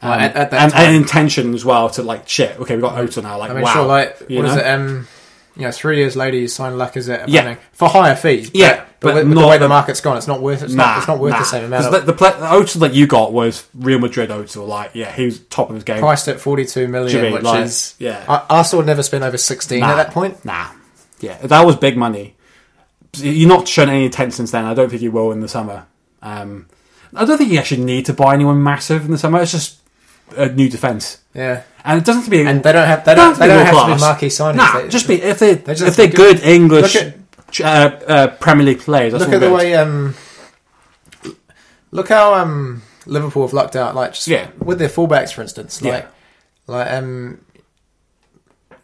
Speaker 2: Um,
Speaker 1: uh, at- at that
Speaker 2: and,
Speaker 1: time.
Speaker 2: and intention as well to like shit. Okay, we got Otsel now. Like
Speaker 1: I mean
Speaker 2: wow,
Speaker 1: sure like what is
Speaker 2: you know?
Speaker 1: it um you know, three years later you sign Lacazette
Speaker 2: Yeah.
Speaker 1: yeah. for higher fees. but,
Speaker 2: Yeah, but
Speaker 1: but with, with the
Speaker 2: not
Speaker 1: way the
Speaker 2: the-
Speaker 1: market's gone, it's not worth it's, not, it's not worth the same amount.
Speaker 2: 'Cause
Speaker 1: Of,
Speaker 2: The, the, play, the Otsel that you got was Real Madrid Otsel. Like yeah, he was top of his game.
Speaker 1: priced at forty two million,
Speaker 2: Jimmy,
Speaker 1: which
Speaker 2: like,
Speaker 1: is
Speaker 2: yeah.
Speaker 1: Ar- Arsenal had never spent over sixteen at that point.
Speaker 2: Nah. Yeah, that was big money. You're not shown any intent since then. I don't think you will in the summer. Um, I don't think you actually need to buy anyone massive in the summer. It's just a new defence.
Speaker 1: Yeah.
Speaker 2: And it doesn't have to be.
Speaker 1: And they don't have they
Speaker 2: it
Speaker 1: don't, they don't have
Speaker 2: world
Speaker 1: to be
Speaker 2: class.
Speaker 1: marquee signings.
Speaker 2: Nah,
Speaker 1: They-
Speaker 2: just be if they,
Speaker 1: just
Speaker 2: if
Speaker 1: have
Speaker 2: they're
Speaker 1: to do-
Speaker 2: good English
Speaker 1: Look
Speaker 2: uh, uh, Premier League players. That's
Speaker 1: look
Speaker 2: all
Speaker 1: at the
Speaker 2: good.
Speaker 1: way um look how um Liverpool have lucked out like just
Speaker 2: Yeah.
Speaker 1: with their fullbacks for instance
Speaker 2: Yeah.
Speaker 1: like like um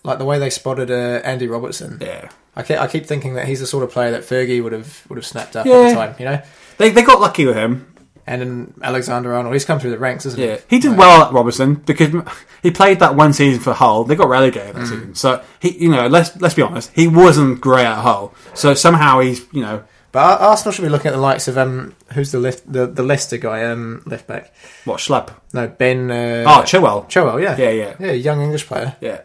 Speaker 1: like the way they spotted uh, Andy Robertson
Speaker 2: Yeah,
Speaker 1: I keep, I keep thinking that he's the sort of player that Fergie would have would have snapped up at
Speaker 2: Yeah.
Speaker 1: the time you know
Speaker 2: they they got lucky with him.
Speaker 1: and then Alexander Arnold he's come through the ranks isn't
Speaker 2: Yeah,
Speaker 1: he
Speaker 2: he did
Speaker 1: Like,
Speaker 2: well at Robertson because he played that one season for Hull. They got relegated that season, so he, you know, let's let's be honest, he wasn't great at Hull. So somehow he's, you know,
Speaker 1: But Ar- Arsenal should be looking at the likes of um, who's the left the, the Leicester guy um left back?
Speaker 2: What schlep?
Speaker 1: No, Ben. Uh,
Speaker 2: oh, Chilwell.
Speaker 1: Chilwell, yeah,
Speaker 2: Yeah, yeah.
Speaker 1: yeah, young English player.
Speaker 2: Yeah.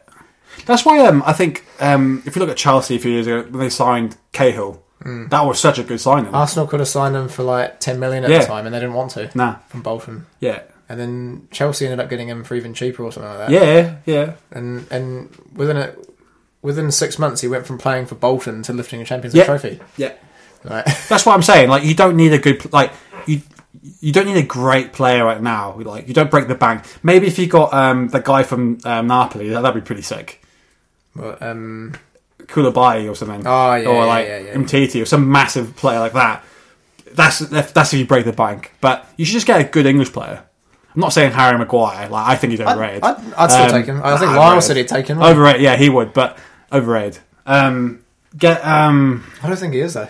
Speaker 2: That's why um, I think um, if you look at Chelsea a few years ago when they signed Cahill, that was such a good signing.
Speaker 1: Arsenal could have signed him for like ten million at
Speaker 2: Yeah.
Speaker 1: the time, and they didn't want to
Speaker 2: nah.
Speaker 1: from Bolton.
Speaker 2: Yeah.
Speaker 1: And then Chelsea ended up getting him for even cheaper or something like that.
Speaker 2: Yeah, yeah.
Speaker 1: And and within a, within six months, he went from playing for Bolton to lifting a Champions
Speaker 2: Yeah.
Speaker 1: League trophy.
Speaker 2: Yeah.
Speaker 1: Like, [LAUGHS]
Speaker 2: That's what I'm saying. Like you don't need a good like you you don't need a great player right now. Like you don't break the bank. Maybe if you got um, the guy from um, Napoli, that, that'd be pretty sick.
Speaker 1: but, um,
Speaker 2: Koulibaly or something.
Speaker 1: Oh, yeah,
Speaker 2: or
Speaker 1: yeah,
Speaker 2: like
Speaker 1: yeah, yeah.
Speaker 2: Umtiti or some massive player like that. That's that's if you break the bank. But you should just get a good English player. I'm not saying Harry Maguire. Like I think he's
Speaker 1: I'd,
Speaker 2: overrated.
Speaker 1: I'd, I'd still
Speaker 2: Um,
Speaker 1: take him. I think
Speaker 2: nah,
Speaker 1: Lyle
Speaker 2: overrated.
Speaker 1: said he'd take him.
Speaker 2: Overrated. Yeah, he would, but overrated. Um, get um,
Speaker 1: I don't think he is though.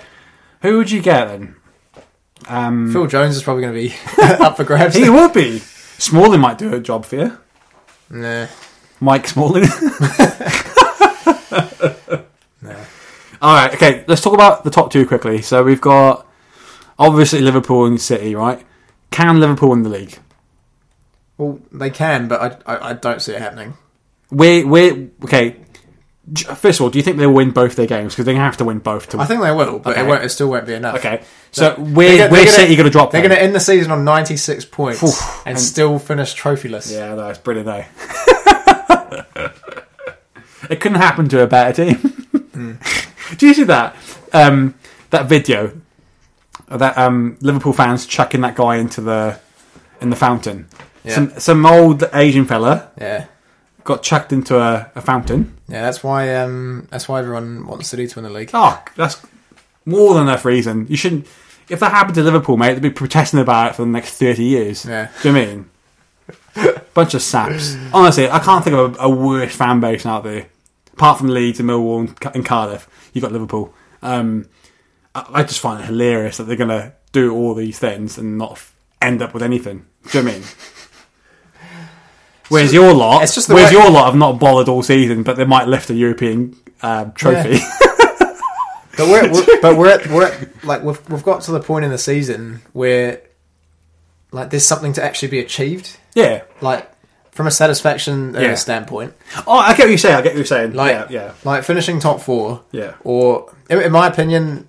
Speaker 2: who would you get then? Um,
Speaker 1: Phil Jones is probably
Speaker 2: [LAUGHS]
Speaker 1: going to be [LAUGHS] up for grabs.
Speaker 2: He would be. Smalling might do a job for you.
Speaker 1: nah,
Speaker 2: Mike [LAUGHS] Smalling.
Speaker 1: no.
Speaker 2: All right, okay, let's talk about the top two quickly. So we've got obviously Liverpool and City, right? Can Liverpool win the league?
Speaker 1: Well, they can, but I, I, I don't see it happening.
Speaker 2: We we okay. J- First of all, do you think they'll win both their games? Because they have to win both to
Speaker 1: I
Speaker 2: win.
Speaker 1: think they will, but
Speaker 2: Okay.
Speaker 1: it won't. It still won't be enough.
Speaker 2: Okay, so
Speaker 1: They're
Speaker 2: we're,
Speaker 1: gonna-
Speaker 2: we're
Speaker 1: they're gonna-
Speaker 2: City going to drop.
Speaker 1: They're
Speaker 2: them.
Speaker 1: going to end the season on 96 points
Speaker 2: Oof.
Speaker 1: and,
Speaker 2: And-
Speaker 1: still finish trophyless.
Speaker 2: Yeah, no, it's brilliant eh? though. [LAUGHS] it couldn't happen to a better team. [LAUGHS] Do you see that um, that video of that um, Liverpool fans chucking that guy into the in the fountain?
Speaker 1: Yeah.
Speaker 2: Some some old Asian fella
Speaker 1: yeah,
Speaker 2: got chucked into a, a fountain.
Speaker 1: Yeah, That's why. Um, that's why everyone wants City to win the league.
Speaker 2: Oh, that's more than enough reason. You shouldn't. If that happened to Liverpool, mate, they'd be protesting about it for the next thirty years.
Speaker 1: Yeah.
Speaker 2: Do you know what I mean?
Speaker 1: [LAUGHS]
Speaker 2: Bunch of saps. Honestly, I can't think of a, a worse fan base out there, apart from Leeds and Millwall and, Ca- and Cardiff. You've got Liverpool. Um, I, I just find it hilarious that they're gonna do all these things and not f- end up with anything. Do you know what I mean? Whereas your lot,
Speaker 1: it's just the
Speaker 2: whereas
Speaker 1: way-
Speaker 2: your lot have not bothered all season, but they might lift a European um, trophy.
Speaker 1: But we're, we're but we're at, we're at, like we've we've got to the point in the season where like there's something to actually be achieved.
Speaker 2: [LAUGHS] yeah.
Speaker 1: Like from a satisfaction uh,
Speaker 2: Yeah.
Speaker 1: standpoint,
Speaker 2: Oh, I get what you're saying. I get what you're saying.
Speaker 1: like
Speaker 2: yeah, yeah,
Speaker 1: like finishing top four,
Speaker 2: yeah.
Speaker 1: or in, in my opinion,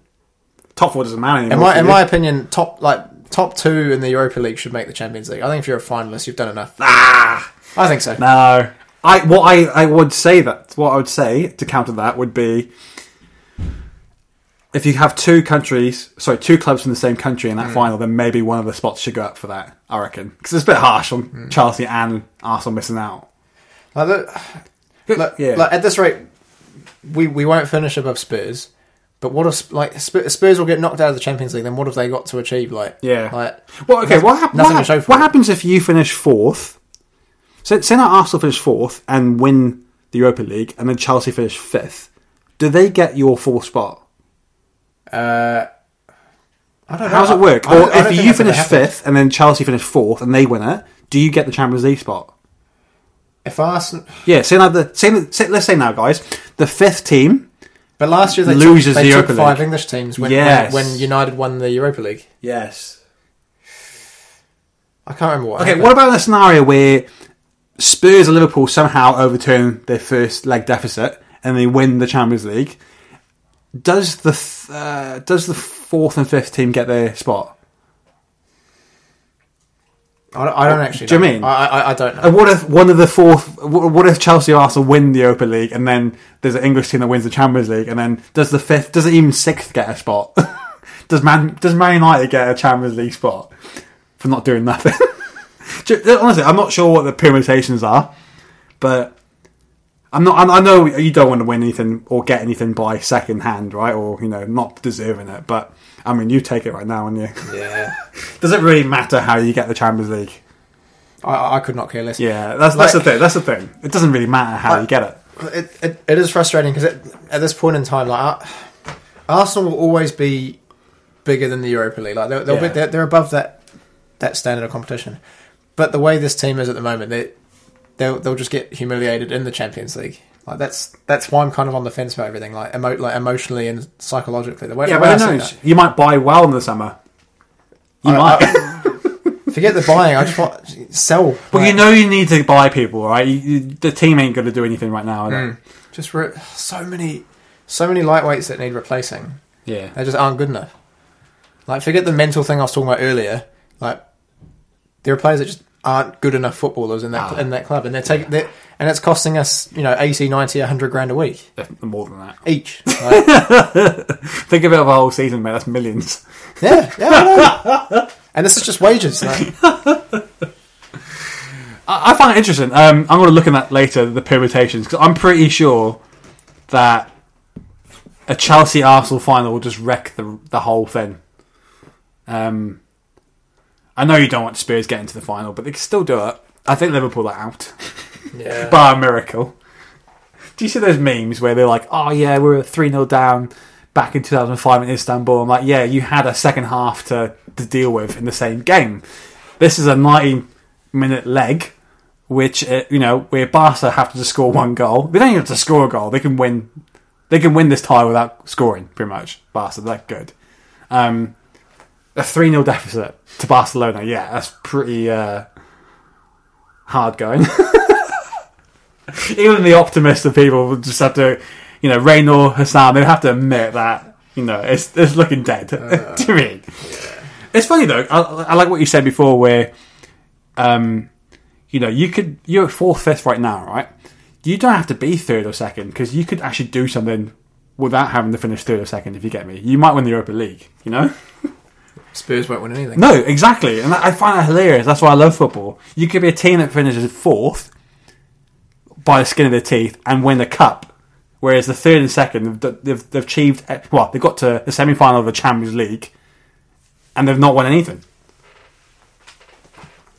Speaker 2: Top four doesn't matter anymore.
Speaker 1: in my
Speaker 2: for
Speaker 1: in
Speaker 2: you.
Speaker 1: my opinion, top like top two in the Europa League should make the Champions League. I think if you're a finalist, you've done enough.
Speaker 2: ah,
Speaker 1: I think so.
Speaker 2: no. I what I, I would say that what I would say to counter that would be if you have two countries, sorry, two clubs from the same country in that
Speaker 1: Hmm.
Speaker 2: final, then maybe one of the spots should go up for that. I reckon because it's a bit harsh on
Speaker 1: Hmm.
Speaker 2: Chelsea and Arsenal missing out.
Speaker 1: Like, look, like,
Speaker 2: yeah,
Speaker 1: like, at this rate, we we won't finish above Spurs. But what if Sp- like Sp- Spurs will get knocked out of the Champions League? Then what have they got to achieve? Like
Speaker 2: Yeah.
Speaker 1: like
Speaker 2: Well, okay.
Speaker 1: Nothing-
Speaker 2: What, hap-
Speaker 1: nothing
Speaker 2: what,
Speaker 1: to show for
Speaker 2: what
Speaker 1: it.
Speaker 2: happens if you finish fourth? So, say now Arsenal finish fourth and win the Europa League, and then Chelsea finish fifth. Do they get your fourth spot?
Speaker 1: Uh, I don't know.
Speaker 2: How does it work?
Speaker 1: I- I don't-
Speaker 2: or
Speaker 1: I don't
Speaker 2: if
Speaker 1: think
Speaker 2: you
Speaker 1: that's gonna
Speaker 2: finish
Speaker 1: happen.
Speaker 2: fifth and then Chelsea finish fourth and they win it, do you get the Champions League spot?
Speaker 1: if Arsenal,
Speaker 2: Yeah. Say now the say, say, let's say now, guys, the fifth team.
Speaker 1: but last year they took,
Speaker 2: Loses
Speaker 1: they
Speaker 2: the
Speaker 1: took
Speaker 2: Europa
Speaker 1: five
Speaker 2: League.
Speaker 1: English teams when,
Speaker 2: Yes.
Speaker 1: when when United won the Europa League.
Speaker 2: Yes.
Speaker 1: I can't remember what.
Speaker 2: Okay.
Speaker 1: happened.
Speaker 2: What about the scenario where Spurs or Liverpool somehow overturn their first leg deficit and they win the Champions League? Does the th- uh, does the fourth and fifth team get their spot?
Speaker 1: I don't, I don't actually.
Speaker 2: Do you
Speaker 1: know.
Speaker 2: mean?
Speaker 1: I, I I don't know.
Speaker 2: And Uh, what if one of the fourth? wh- What if Chelsea or Arsenal win the Open League and then there's an English team that wins the Champions League and then does the fifth? Does it even sixth get a spot? [LAUGHS] does Man does Man United get a Champions League spot for not doing nothing? [LAUGHS] Ju- uh, Honestly, I'm not sure what the permutations are, but I'm not. I I know you don't want to win anything or get anything by second hand, right? Or you know, not deserving it. But I mean, you take it right now, and you. [LAUGHS]
Speaker 1: Yeah,
Speaker 2: does it really matter how you get the Champions League?
Speaker 1: I, I could not care less.
Speaker 2: Yeah, that's
Speaker 1: Like-
Speaker 2: that's the thing. That's the thing. It doesn't really matter how you get it.
Speaker 1: it, it, it is frustrating because at this point in time, like Ar- Arsenal will always be bigger than the Europa League. Like they'll, they'll
Speaker 2: Yeah.
Speaker 1: be, they're, they're above that that standard of competition. But the way this team is at the moment, they they'll, they'll just get humiliated in the Champions League. Like that's that's why I'm kind of on the fence about everything, like, emo- like emotionally and psychologically. The way,
Speaker 2: Yeah,
Speaker 1: the way
Speaker 2: but
Speaker 1: I
Speaker 2: who
Speaker 1: see
Speaker 2: knows? You might buy well in the summer. You might.
Speaker 1: that- Forget the buying. I just want sell.
Speaker 2: [LAUGHS] Well, you
Speaker 1: like,
Speaker 2: know you need to buy people, right? You, you, the team ain't going to do anything right now. are they?
Speaker 1: Mm. just re- so many, so many lightweights that need replacing.
Speaker 2: Yeah.
Speaker 1: They just aren't good enough. Like, forget the mental thing I was talking about earlier. Like, there are players that just aren't good enough footballers in that
Speaker 2: Ah.
Speaker 1: in that club, and they're taking they're, and it's costing us, you know, 80, 90, 100 grand a week
Speaker 2: Definitely more than that.
Speaker 1: each. Like,
Speaker 2: Think of it of a whole season, mate. That's millions.
Speaker 1: yeah, yeah, I know. And this is just wages. Like,
Speaker 2: I, I find it interesting. Um, I'm going to look at that later, the permutations, because I'm pretty sure that a Chelsea Arsenal final will just wreck the, the whole thing. Um, I know you don't want Spurs getting to the final, but they can still do it. I think Liverpool are out.
Speaker 1: yeah.
Speaker 2: bar miracle. Do you see those memes where they're like, "Oh yeah, we were three 0 down back in 2005 in Istanbul"? I'm like, "Yeah, you had a second half to to deal with in the same game. This is a 90 minute leg, which uh, you know where Barca have to just score one goal. They don't even have to score a goal. They can win. They can win this tie without scoring. Pretty much, Barca. They're that good. Um, a three 0 deficit to Barcelona. Yeah, that's pretty uh, hard going." [LAUGHS] even the optimist of people would just have to, you know, Raynor Hassan, they'd have to admit that, you know, it's, it's looking dead. [LAUGHS] Do you mean? It's funny though, I, I like what you said before where, um, you know, you could, you're fourth, fifth right now, right? You don't have to be third or second because you could actually do something without having to finish third or second, if you get me. You might win the Europa League, you know?
Speaker 1: Spurs won't win anything.
Speaker 2: No, exactly. And I find that hilarious. That's why I love football. You could be a team that finishes fourth by the skin of their teeth and win the cup, whereas the third and second, they've, they've, they've achieved, well, they've got to the semi final of the Champions League and they've not won anything.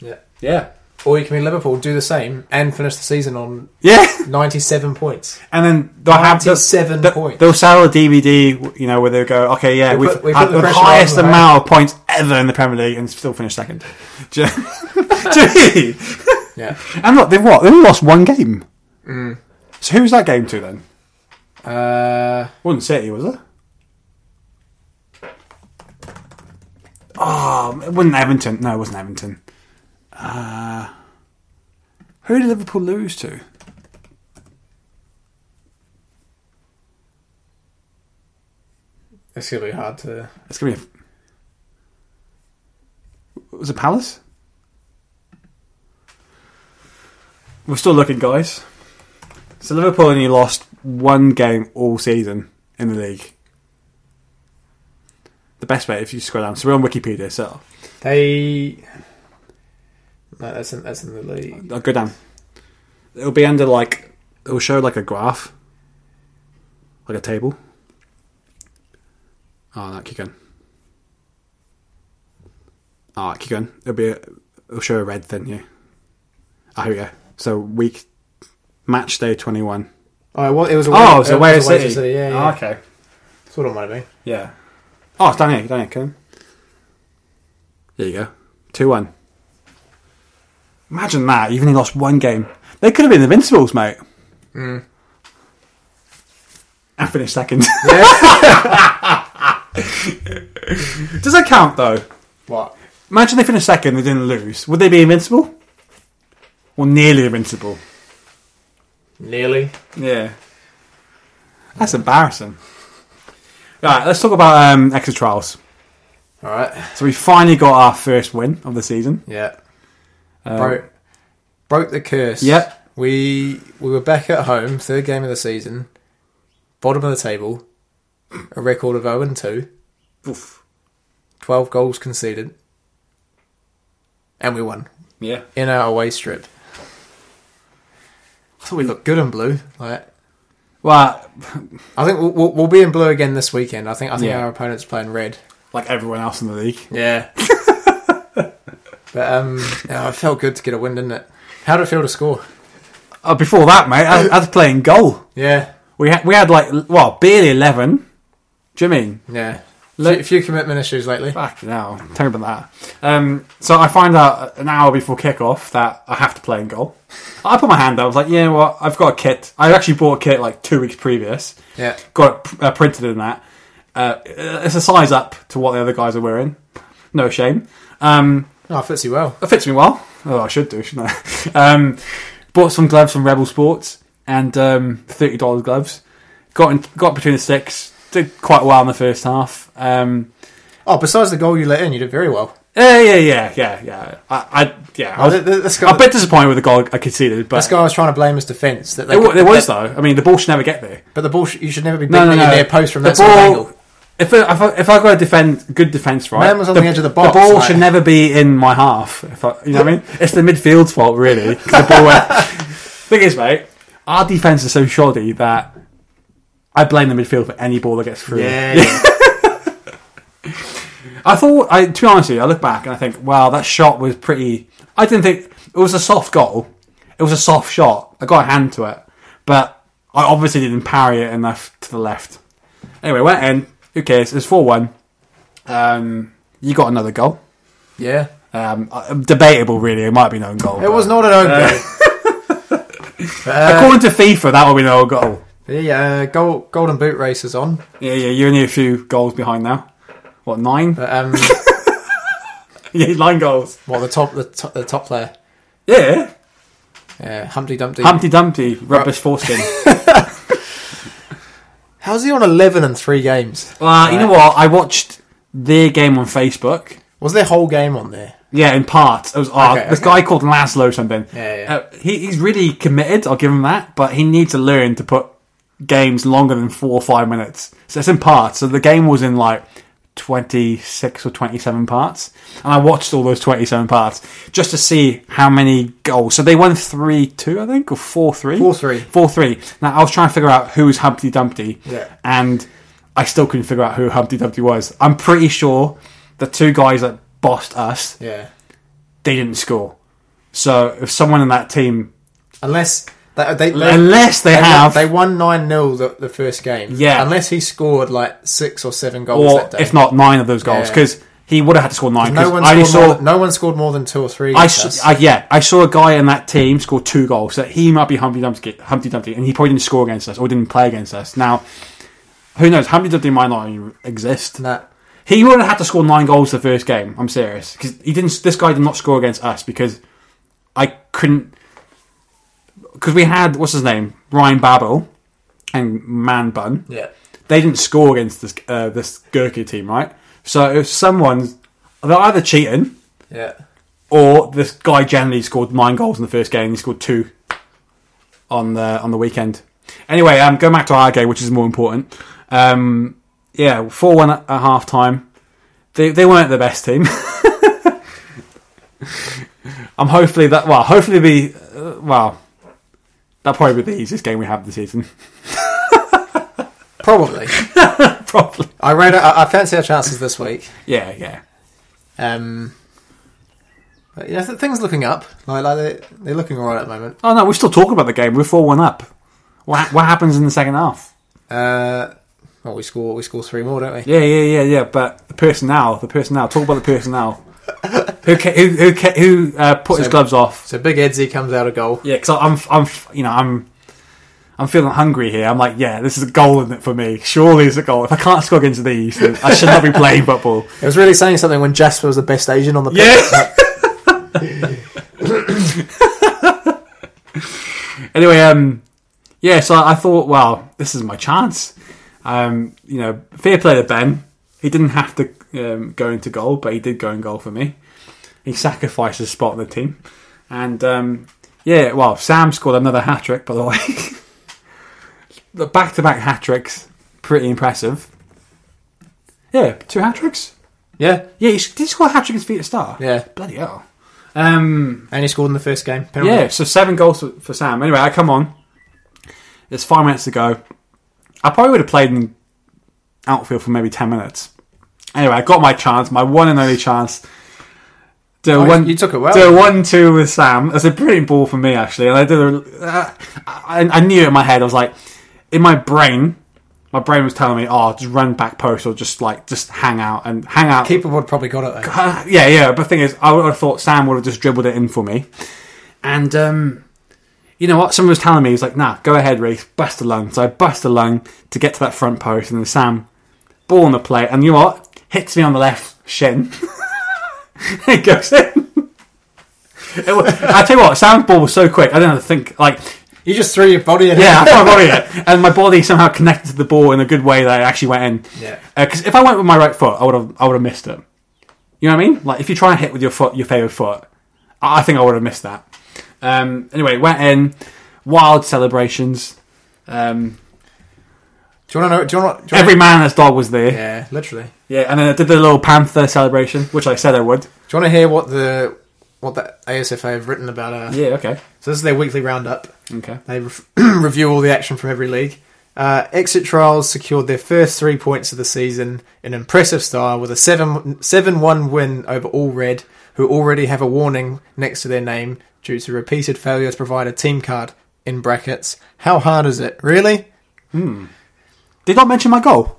Speaker 1: Yeah.
Speaker 2: Yeah.
Speaker 1: Or you can be Liverpool, do the same, and finish the season on
Speaker 2: Yeah.
Speaker 1: 97 points.
Speaker 2: And then they'll have they'll-
Speaker 1: 97
Speaker 2: they'll-
Speaker 1: points.
Speaker 2: They'll sell a DVD, you know, where they'll go, okay, yeah,
Speaker 1: We
Speaker 2: we've,
Speaker 1: put- we put
Speaker 2: had
Speaker 1: the
Speaker 2: the,
Speaker 1: pressure on
Speaker 2: highest
Speaker 1: them,
Speaker 2: amount of points ever in the Premier League and still finish second. [LAUGHS] Do you- do you-
Speaker 1: Yeah.
Speaker 2: And look, they've what? They've only lost one game. So who's that game to then?
Speaker 1: Uh,
Speaker 2: Wasn't City, was it? Oh, it wasn't Everton. No, it wasn't Everton. Uh, who did Liverpool lose to?
Speaker 1: it's going to be hard to.
Speaker 2: It's gonna be. A... Was it Palace? We're still looking, guys. So Liverpool only lost one game all season in the league. The best way, if you scroll down, so we're on Wikipedia. So
Speaker 1: They. No, that's in, that's in the league.
Speaker 2: I'll Oh, go down. It'll be under like it'll show like a graph, like a table. Oh, no, keep going. Ah, keep going. It'll be a, it'll show a red thing here. Ah, here we go. So week match day twenty one.
Speaker 1: Oh, well, it was away,
Speaker 2: Oh,
Speaker 1: it
Speaker 2: so where
Speaker 1: was
Speaker 2: is
Speaker 1: away to
Speaker 2: it? Ah,
Speaker 1: Yeah, yeah.
Speaker 2: okay.
Speaker 1: That's what it might be.
Speaker 2: Yeah. Oh, it's down here. Down here. Come. There you go. Two one. Imagine that. You've only lost one game. They could have been invincibles, mate. I finished second. [LAUGHS] Does that count though?
Speaker 1: What?
Speaker 2: Imagine they finished second. They didn't lose. Would they be invincible? Or nearly invincible?
Speaker 1: Nearly.
Speaker 2: Yeah. That's embarrassing. Right, let's talk about um, extra trials.
Speaker 1: All right.
Speaker 2: So we finally got our first win of the season.
Speaker 1: Yeah.
Speaker 2: Um,
Speaker 1: broke, broke the curse.
Speaker 2: Yeah.
Speaker 1: We we were back at home, third game of the season, bottom of the table, a record of 0 and 2, 12 goals conceded, and we won
Speaker 2: Yeah.
Speaker 1: in our away strip. I thought we looked good in blue. Like
Speaker 2: Well,
Speaker 1: I think we'll, we'll, we'll be in blue again this weekend. I think I think
Speaker 2: Yeah.
Speaker 1: our opponent's playing red.
Speaker 2: like everyone else in the league.
Speaker 1: Yeah. [LAUGHS] but um, no, it felt good to get a win, didn't it? How did it feel to score?
Speaker 2: Oh, before that, mate, I, I was playing goal.
Speaker 1: Yeah,
Speaker 2: We had we had like well barely eleven. Do you mean?
Speaker 1: yeah.
Speaker 2: Look-
Speaker 1: few, few commitment issues lately.
Speaker 2: Fuck now, tell me about that. Um, so I find out an hour before kickoff that I have to play in goal. I put my hand up. I was like, yeah, well, I've got a kit. I actually bought a kit like two weeks previous.
Speaker 1: Yeah.
Speaker 2: Got it pr- uh, printed in that. Uh, it's a size up to what the other guys are wearing. No shame. Um,
Speaker 1: Oh, fits you well.
Speaker 2: it fits me well. Oh, I should do, shouldn't I? [LAUGHS] um, bought some gloves from Rebel Sports and um, thirty dollars gloves. Got in, got between the sticks. Did quite well in the first half. Um,
Speaker 1: Oh, besides the goal you let in, you did very well.
Speaker 2: yeah, yeah, yeah, yeah, yeah. I, I yeah. I
Speaker 1: Oh,
Speaker 2: was,
Speaker 1: th- th- this
Speaker 2: I'm
Speaker 1: guy,
Speaker 2: a bit disappointed with the goal I conceded, but
Speaker 1: this guy was trying to blame his defence. That they
Speaker 2: it, wa-
Speaker 1: could-
Speaker 2: it was
Speaker 1: that-
Speaker 2: though. I mean, the ball should never get there.
Speaker 1: but the ball sh- you should never be
Speaker 2: No,
Speaker 1: beating
Speaker 2: no,
Speaker 1: in
Speaker 2: no.
Speaker 1: their post from
Speaker 2: The
Speaker 1: that sort of
Speaker 2: ball-
Speaker 1: angle.
Speaker 2: If I, if I, if I got a defend good defense right,
Speaker 1: Man was on the edge of the box,
Speaker 2: ball
Speaker 1: like-
Speaker 2: should never be in my half. If I, you know what I mean? It's the midfield's
Speaker 1: [LAUGHS]
Speaker 2: fault, really. 'cause The ball went. Thing is, mate, our defense is so shoddy that I blame the midfield for any ball that gets through.
Speaker 1: Yeah, yeah.
Speaker 2: I thought, I, to be honest with you, I look back and I think, wow, that shot was pretty. I didn't think it was a soft goal. It was a soft shot. I got a hand to it, but I obviously didn't parry it enough to the left. Anyway, went in. Who cares? It's four one. Um, you got another goal.
Speaker 1: [LAUGHS] yeah.
Speaker 2: Um, uh, debatable, really. It might be no goal.
Speaker 1: It was uh, not an own goal.
Speaker 2: According to FIFA, that will be no goal.
Speaker 1: The uh, gold, golden boot race is on.
Speaker 2: Yeah, yeah. You're only a few goals behind now. What nine? [LAUGHS]
Speaker 1: But, [LAUGHS] um,
Speaker 2: yeah, nine goals.
Speaker 1: what the top the top, the top player?
Speaker 2: Yeah.
Speaker 1: Yeah, Humpty Dumpty.
Speaker 2: Humpty Dumpty, rubbish
Speaker 1: [LAUGHS]
Speaker 2: foreskin.
Speaker 1: How's he on eleven in three games?
Speaker 2: Well, you know what? I watched their game on Facebook.
Speaker 1: Was their whole game on there?
Speaker 2: Yeah, in part. It was oh,
Speaker 1: Okay,
Speaker 2: this
Speaker 1: okay.
Speaker 2: guy called Laszlo something.
Speaker 1: Yeah, yeah.
Speaker 2: Uh, he, he's really committed. I'll give him that, but he needs to learn to put games longer than four or five minutes. So it's in parts. So the game was in like twenty six or twenty seven parts, and I watched all those twenty seven parts just to see how many goals. So they won three two, I think, or four three.
Speaker 1: 4-3.
Speaker 2: Four three. Now I was trying to figure out who was Humpty Dumpty.
Speaker 1: Yeah.
Speaker 2: And I still couldn't figure out who Humpty Dumpty was. I'm pretty sure the two guys that bossed us
Speaker 1: Yeah,
Speaker 2: they didn't score. So if someone in that team,
Speaker 1: unless they, they, they
Speaker 2: unless they have,
Speaker 1: they won nine 0 the, the first game.
Speaker 2: Yeah.
Speaker 1: unless he scored like six or seven goals
Speaker 2: or
Speaker 1: that day.
Speaker 2: if not nine of those goals,
Speaker 1: Yeah.
Speaker 2: because he would have had to score nine.
Speaker 1: no
Speaker 2: 'cause
Speaker 1: one
Speaker 2: I only
Speaker 1: scored more
Speaker 2: saw,
Speaker 1: than, no one scored more than two or three.
Speaker 2: I,
Speaker 1: against
Speaker 2: s-
Speaker 1: us.
Speaker 2: I- yeah, I saw a guy in that team score two goals. So he might be Humpty Dumpty, Humpty Dumpty, and he probably didn't score against us or didn't play against us. Now, who knows? Humpty Dumpty might not even exist.
Speaker 1: Nah.
Speaker 2: He would have had to score nine goals the first game. I'm serious because he didn't. This guy did not score against us because I couldn't. Because we had what's his name, Ryan Babel, and Man Bun.
Speaker 1: Yeah.
Speaker 2: They didn't score against this uh, this Gurkha team, right? So if someone's they're either cheating
Speaker 1: Yeah.
Speaker 2: or this guy generally scored nine goals in the first game. He scored two on the on the weekend. Anyway, um, going back to our game, which is more important. Um, yeah, four one at half time. They they weren't the best team. [LAUGHS] I'm hopefully that well, hopefully be uh, well. That probably be the easiest game we have this season, [LAUGHS]
Speaker 1: Probably.
Speaker 2: probably.
Speaker 1: I rate. I, I fancy our chances this week.
Speaker 2: Yeah, yeah.
Speaker 1: Um, but yeah, th- things looking up. Like, like they, they're looking all right at the moment.
Speaker 2: Oh no, we're still talking about the game. We're four one up. What ha- what happens in the second half?
Speaker 1: Uh, well, we score. We score three more, don't we?
Speaker 2: Yeah, yeah, yeah, yeah. But the personnel, the personnel. Talk about the personnel. who ca- who who, ca- who uh, put his
Speaker 1: So-
Speaker 2: gloves off?
Speaker 1: So Big Edsy comes out a goal.
Speaker 2: Yeah, because I'm I'm you know I'm I'm feeling hungry here. I'm like, yeah, this is a goal isn't it for me. Surely it's a goal. If I can't score against these, then I should not be playing football.
Speaker 1: It was really saying something when Jasper was the best Asian on the pitch.
Speaker 2: Yeah. [LAUGHS] anyway, um, yeah. So I thought, well, this is my chance. Um, you know, fair play to Ben. He didn't have to um, go into goal, but he did go in goal for me. He sacrificed his spot in the team, and um, yeah, well, Sam scored another hat trick. By the way, [LAUGHS] the back-to-back hat tricks, pretty impressive. Yeah, two hat tricks.
Speaker 1: yeah,
Speaker 2: Yeah, he did he score a hat trick against Peter Star.
Speaker 1: yeah.
Speaker 2: Bloody hell. Um,
Speaker 1: And he scored in the first game. Penalty.
Speaker 2: yeah, so seven goals for, for Sam. Anyway, I come on. There's five minutes to go. I probably would have played in outfield for maybe ten minutes. Anyway, I got my chance, my one and only chance. Do
Speaker 1: Oh,
Speaker 2: one.
Speaker 1: you took it well.
Speaker 2: Do a one-two with Sam. That's a brilliant ball for uh, me actually, and I did. A, I, I knew it in my head. I was like, in my brain, my brain was telling me, "Oh, just run back post or just like just hang out and hang out."
Speaker 1: Keeper would probably got it. Though.
Speaker 2: Uh, yeah, yeah. But the thing is, I would have thought Sam would have just dribbled it in for me. And um, you know what? Someone was telling me, he was like, nah, go ahead, Reese, bust a lung. So I bust a lung to get to that front post, and then Sam, ball on the plate, and you know what? Hits me on the left shin. [LAUGHS] it goes in. It wa- I tell you what, Sam's ball was so quick, I didn't have to think, like,
Speaker 1: You just threw your body in.
Speaker 2: [LAUGHS] yeah, I thought about it. And my body somehow connected to the ball in a good way that it actually went in.
Speaker 1: Yeah.
Speaker 2: Because if I went with my right foot, I would have I would have missed it. You know what I mean? Like if you try and hit with your foot, your favorite foot, I I think I would have missed that. Um, anyway, went in. Wild celebrations. Um,
Speaker 1: [LAUGHS] Do you want to know? Do you want to? Do you
Speaker 2: every
Speaker 1: wanna,
Speaker 2: man and his dog was there. Yeah.
Speaker 1: yeah, literally.
Speaker 2: and then I did the little panther celebration, which I said I would.
Speaker 1: Do you want to hear what the what the ASFA have written about? Uh,
Speaker 2: Yeah, okay,
Speaker 1: So this is their weekly roundup.
Speaker 2: okay.
Speaker 1: They re- [CLEARS THROAT] review all the action from every league. Uh, exit trials secured their first three points of the season in impressive style with a 7 7-1 win over All Red, who already have a warning next to their name due to repeated failure to provide a team card. In brackets, how hard is it? Really?
Speaker 2: Did not mention my goal.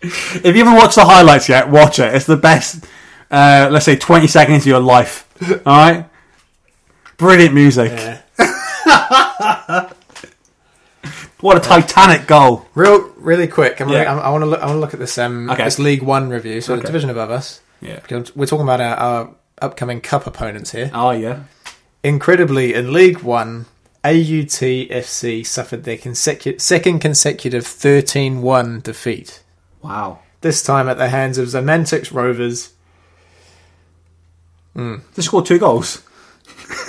Speaker 2: if you haven't watched the highlights yet, watch it. It's the best, uh, let's say, 20 seconds of your life. Alright? Brilliant music. [LAUGHS] What a titanic goal.
Speaker 1: Real, really quick. I'm
Speaker 2: Yeah.
Speaker 1: gonna, I want to look. I want to look at this. Um,
Speaker 2: Okay.
Speaker 1: this League One review. So the
Speaker 2: Okay.
Speaker 1: division above us.
Speaker 2: Yeah.
Speaker 1: Because we're talking about our, our upcoming cup opponents here.
Speaker 2: Oh, yeah.
Speaker 1: Incredibly, in League One, AUTFC suffered their consecu- second consecutive 13 1 defeat,
Speaker 2: Wow.
Speaker 1: this time at the hands of Zamantix Rovers.
Speaker 2: They scored two goals.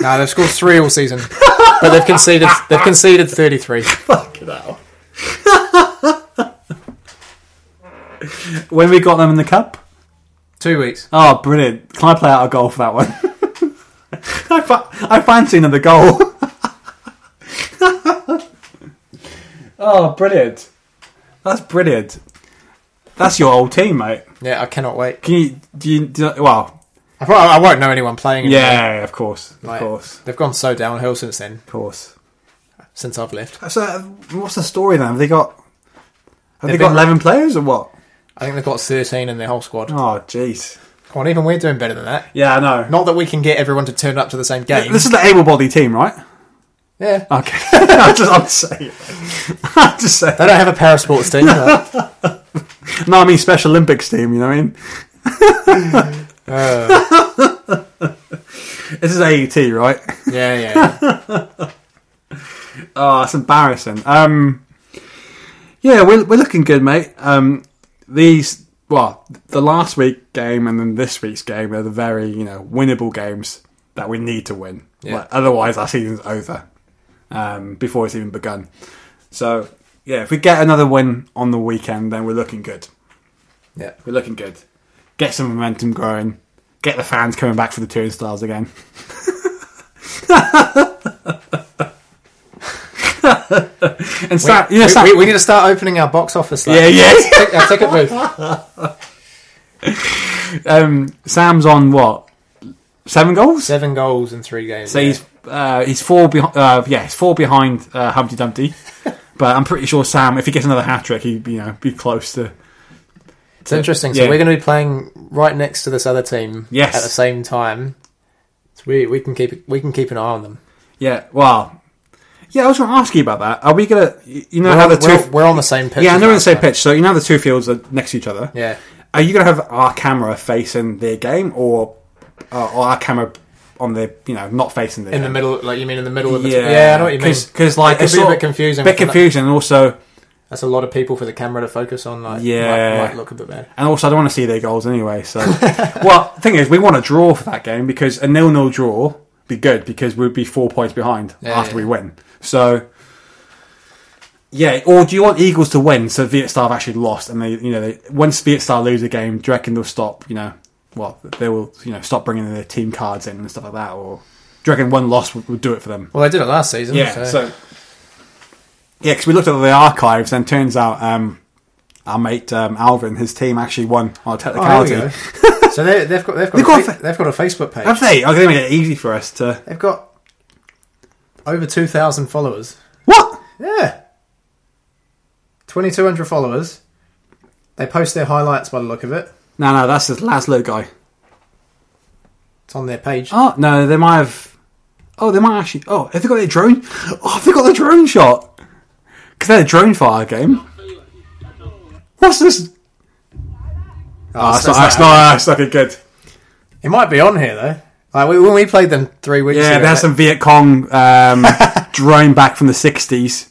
Speaker 1: Now, they've scored three all season, but they've conceded, they've conceded 33.
Speaker 2: Fuck it out. [LAUGHS] when we got them in the cup?
Speaker 1: Two weeks.
Speaker 2: Oh, brilliant. Can I play out a goal for that one? [LAUGHS] I, fa- I fancy another goal. [LAUGHS] oh, brilliant. That's brilliant. That's your old team, mate.
Speaker 1: Yeah, I cannot wait.
Speaker 2: Can you, do you, do you well,
Speaker 1: I, prob- I won't know anyone playing. in there.
Speaker 2: yeah, of course, of
Speaker 1: Like,
Speaker 2: course,
Speaker 1: They've gone so downhill since then,
Speaker 2: of course.
Speaker 1: since I've left.
Speaker 2: So, uh, what's the story then? Have they got, have they
Speaker 1: They've
Speaker 2: got
Speaker 1: been-
Speaker 2: 11 players or what?
Speaker 1: I think they've got 13 in their whole squad. Come
Speaker 2: Oh, jeez.
Speaker 1: on, even we're doing better than that.
Speaker 2: Yeah, I know.
Speaker 1: Not that we can get everyone to turn up to the same game.
Speaker 2: This is the able-bodied team, right?
Speaker 1: Yeah.
Speaker 2: Okay. [LAUGHS] I'm just, I'm saying. [LAUGHS] I'm just saying.
Speaker 1: They don't have a para sports team. but-
Speaker 2: [LAUGHS] No, I mean Special Olympics team. You know what I mean?
Speaker 1: Oh,
Speaker 2: This is AUT, right?
Speaker 1: yeah, yeah.
Speaker 2: Oh, that's embarrassing. Um, yeah, we're we're looking good, mate. Um, these well, the last week game and then this week's game are the very you know winnable games that we need to win.
Speaker 1: Yeah.
Speaker 2: Like, otherwise, our season's over um, before it's even begun. So yeah, if we get another win on the weekend, then we're looking good.
Speaker 1: Yeah.
Speaker 2: We're looking good. Get some momentum growing. Get the fans coming back for the turnstiles again. and Sam, you know, Sam,
Speaker 1: we, we, we need to start opening our box office. Like,
Speaker 2: yeah, yeah.
Speaker 1: Tick- Our ticket booth.
Speaker 2: Um, Sam's on what? Seven goals.
Speaker 1: Seven goals in three games.
Speaker 2: So
Speaker 1: yeah.
Speaker 2: he's uh, he's four behind. Uh, yeah, he's four behind uh,
Speaker 1: [LAUGHS]
Speaker 2: Humpty Dumpty. but I'm pretty sure Sam, if he gets another hat trick, he'd you know be close to.
Speaker 1: it's interesting. So
Speaker 2: yeah.
Speaker 1: we're going to be playing right next to this other team.
Speaker 2: Yes.
Speaker 1: At the same time, so we we can keep we can keep an eye on them.
Speaker 2: Yeah. Well. Yeah, I was going to ask you about that. Are we gonna? You you know
Speaker 1: We're,
Speaker 2: how the
Speaker 1: on,
Speaker 2: 2
Speaker 1: we're, we're on the same pitch.
Speaker 2: Yeah,
Speaker 1: as
Speaker 2: and they're on the
Speaker 1: last
Speaker 2: same
Speaker 1: time.
Speaker 2: pitch. So you know how the two fields are next to each other.
Speaker 1: Yeah.
Speaker 2: Are you going to have our camera facing their game, or, uh, or our camera on the you know not facing their
Speaker 1: In the
Speaker 2: game?
Speaker 1: middle, like you mean in the middle of the
Speaker 2: Yeah,
Speaker 1: yeah, I know what you mean.
Speaker 2: Because like
Speaker 1: it
Speaker 2: it's
Speaker 1: could be a
Speaker 2: sort
Speaker 1: bit
Speaker 2: of-
Speaker 1: confusing.
Speaker 2: bit
Speaker 1: with the-
Speaker 2: confusing, and also
Speaker 1: That's a lot of people for the camera to focus on. Like,
Speaker 2: Yeah.
Speaker 1: might, might look a bit bad.
Speaker 2: and also I don't want to see their goals anyway. So, well, the thing is, we want a draw for that game because a nil-nil draw would be good because we'd be four points behind
Speaker 1: Yeah,
Speaker 2: after
Speaker 1: yeah.
Speaker 2: we win. So. Yeah, or do you want Eagles to win so Viet Star have actually lost and they, you know, they, once Viet Star lose a game, do you reckon they'll stop, you know, well, they will, you know, stop bringing their team cards in and stuff like that, or do you reckon one loss would, would do it for them?
Speaker 1: Well, they did it last season.
Speaker 2: Yeah, so, yeah, because we looked at the archives and turns out um, our mate um, Alvin, his team actually won on a
Speaker 1: Oh,
Speaker 2: technicality.
Speaker 1: there So they, they've got they've got
Speaker 2: They've
Speaker 1: a
Speaker 2: got a
Speaker 1: fa-
Speaker 2: fa-
Speaker 1: they've got a Facebook page.
Speaker 2: Have they? Oh, they make it easy for us to.
Speaker 1: They've got over two thousand followers.
Speaker 2: What?
Speaker 1: Yeah, twenty two hundred followers. They post their highlights by the look of it.
Speaker 2: No, no, that's the Laszlo guy.
Speaker 1: It's on their page.
Speaker 2: Oh no, they might have. Oh, they might actually. Oh, have they got their drone? Oh, have they got the drone shot? Because they're a drone fire game. What's this? Ah, it's
Speaker 1: Oh, so
Speaker 2: not.
Speaker 1: it's
Speaker 2: That's not. That's fucking good.
Speaker 1: It might be on here though. Like we, when we played them three weeks ago.
Speaker 2: Yeah, they had some Viet Cong um, drone back from the '60s.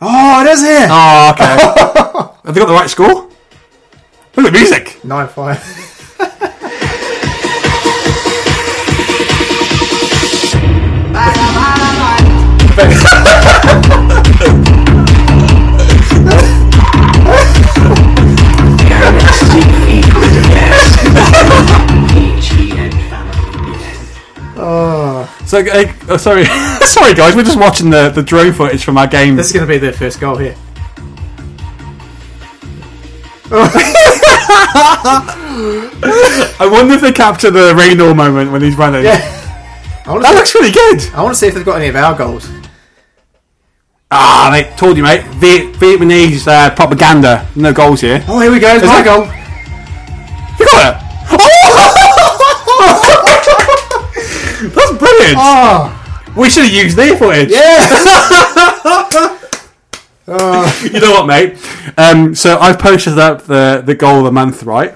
Speaker 1: Oh, it is here.
Speaker 2: Oh, okay. have they got the right score? Look at the music.
Speaker 1: Nine five.
Speaker 2: So, uh, oh, sorry, [LAUGHS] sorry guys, we're just watching the, the drone footage from our game.
Speaker 1: this is going to be their first goal here.
Speaker 2: I wonder if they capture the Raynor moment when he's running.
Speaker 1: Yeah. I want, to
Speaker 2: That
Speaker 1: see,
Speaker 2: looks really good.
Speaker 1: I want to see if they've got any of our goals.
Speaker 2: Ah, mate, told you, mate. Viet- Vietnamese uh, propaganda. No goals here.
Speaker 1: Oh, here we go. It's
Speaker 2: Is
Speaker 1: my
Speaker 2: that-
Speaker 1: goal.
Speaker 2: You got it. [LAUGHS] That's brilliant.
Speaker 1: Oh,
Speaker 2: We should have used their footage. [LAUGHS]
Speaker 1: yeah.
Speaker 2: You know what, mate? Um, so I've posted up the, the goal of the month, right?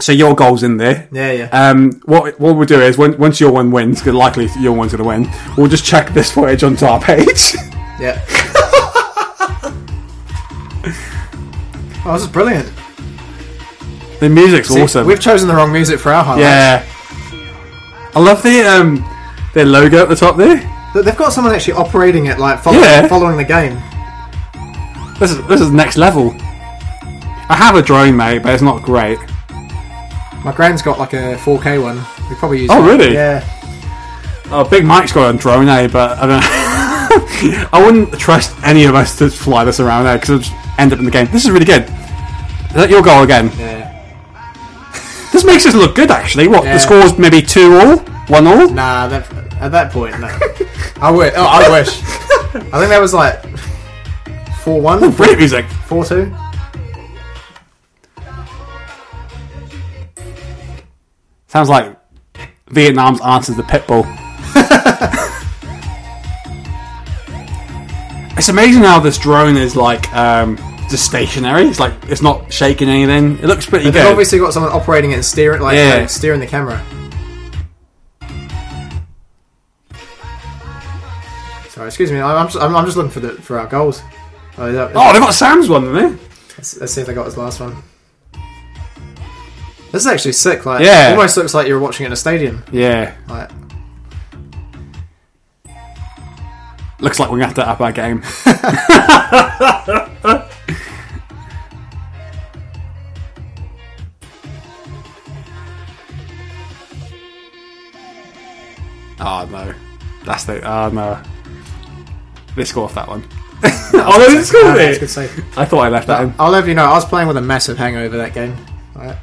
Speaker 2: So your goal's in there.
Speaker 1: Yeah, yeah.
Speaker 2: Um, what what we'll do is when, once your one wins, 'cause likely your one's going to win, we'll just check this footage onto our page. [LAUGHS]
Speaker 1: yeah. oh, this is brilliant.
Speaker 2: the music's
Speaker 1: See,
Speaker 2: awesome.
Speaker 1: We've chosen the wrong music for our highlights.
Speaker 2: Yeah. I love the um their logo at the top there.
Speaker 1: But they've got someone actually operating it, like following,
Speaker 2: Yeah.
Speaker 1: following the game.
Speaker 2: This is this is next level. I have a drone mate, but it's not great.
Speaker 1: My grand's got like a 4K one. We probably use.
Speaker 2: Oh,
Speaker 1: that.
Speaker 2: really?
Speaker 1: Yeah.
Speaker 2: Oh, Big Mike's got a drone, eh? But I don't. [LAUGHS] I wouldn't trust any of us to fly this around there because it'll just end up in the game. This is really good. Is that your goal again?
Speaker 1: Yeah.
Speaker 2: This makes us look good, actually. What
Speaker 1: Yeah.
Speaker 2: the score's maybe two all, one all.
Speaker 1: Nah, that, at that point, no. I wish. Oh, I
Speaker 2: [LAUGHS]
Speaker 1: wish. I think that was like 4 1,
Speaker 2: [LAUGHS] Great music.
Speaker 1: 4 2.
Speaker 2: Sounds like Vietnam's answer to the pit bull. [LAUGHS] it's amazing how this drone is like um, just stationary. It's like it's not shaking anything. It looks pretty
Speaker 1: They've
Speaker 2: good.
Speaker 1: obviously got someone operating it and steering, like,
Speaker 2: Yeah.
Speaker 1: like, steering the camera. Sorry, excuse me. I'm I'm just, I'm, I'm just looking for the for our goals. Oh, that,
Speaker 2: oh, they've got Sam's one, haven't
Speaker 1: let's, let's see if they got his last one. This is actually sick. Like,
Speaker 2: Yeah.
Speaker 1: it almost looks like you're watching it in a stadium.
Speaker 2: they? Yeah.
Speaker 1: Like,
Speaker 2: Looks like we're gonna have to up
Speaker 1: [LAUGHS]
Speaker 2: our game. oh no. That's the oh no. They scored off
Speaker 1: [LAUGHS]
Speaker 2: that one. oh they didn't
Speaker 1: oh,
Speaker 2: score
Speaker 1: that's a good
Speaker 2: it.
Speaker 1: save.
Speaker 2: I thought I left that in.
Speaker 1: I'll have you know, I was playing with a massive hangover that game. Like,